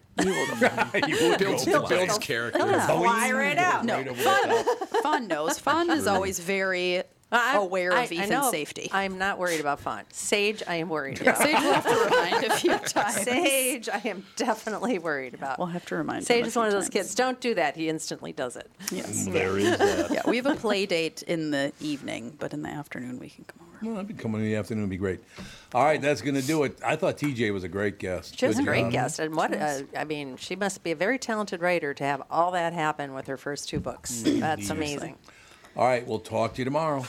S7: builds,
S3: He'll
S7: builds
S3: just-
S7: character.
S3: he'll just fly right out.
S2: No, Fawn, Fawn knows. Fawn is always very
S3: I'm-
S2: aware
S3: I-
S2: of
S3: I
S2: Ethan's
S3: know
S2: safety.
S3: I'm not worried about Fawn. Sage, I am worried
S2: Yeah,
S3: about.
S2: Sage will have to remind a few times.
S3: Sage, I am definitely worried about.
S2: We'll have to remind.
S3: Sage
S2: him a
S3: is one of
S2: few
S3: those
S2: times.
S3: kids. Don't do that. He instantly does it.
S2: Yes.
S6: there is that.
S2: Yeah, we have a play date in the evening, but in the afternoon we can come over.
S6: Well, that'd be coming in the afternoon. Would be great. All right, that's going to do it. I thought TJ was a great guest.
S3: She was
S6: Good
S3: a great
S6: job.
S3: guest, and what uh, I mean, she must be a very talented writer to
S6: Mm,
S3: have all that happen with her first two books. That's amazing.
S6: All right, we'll talk to you tomorrow.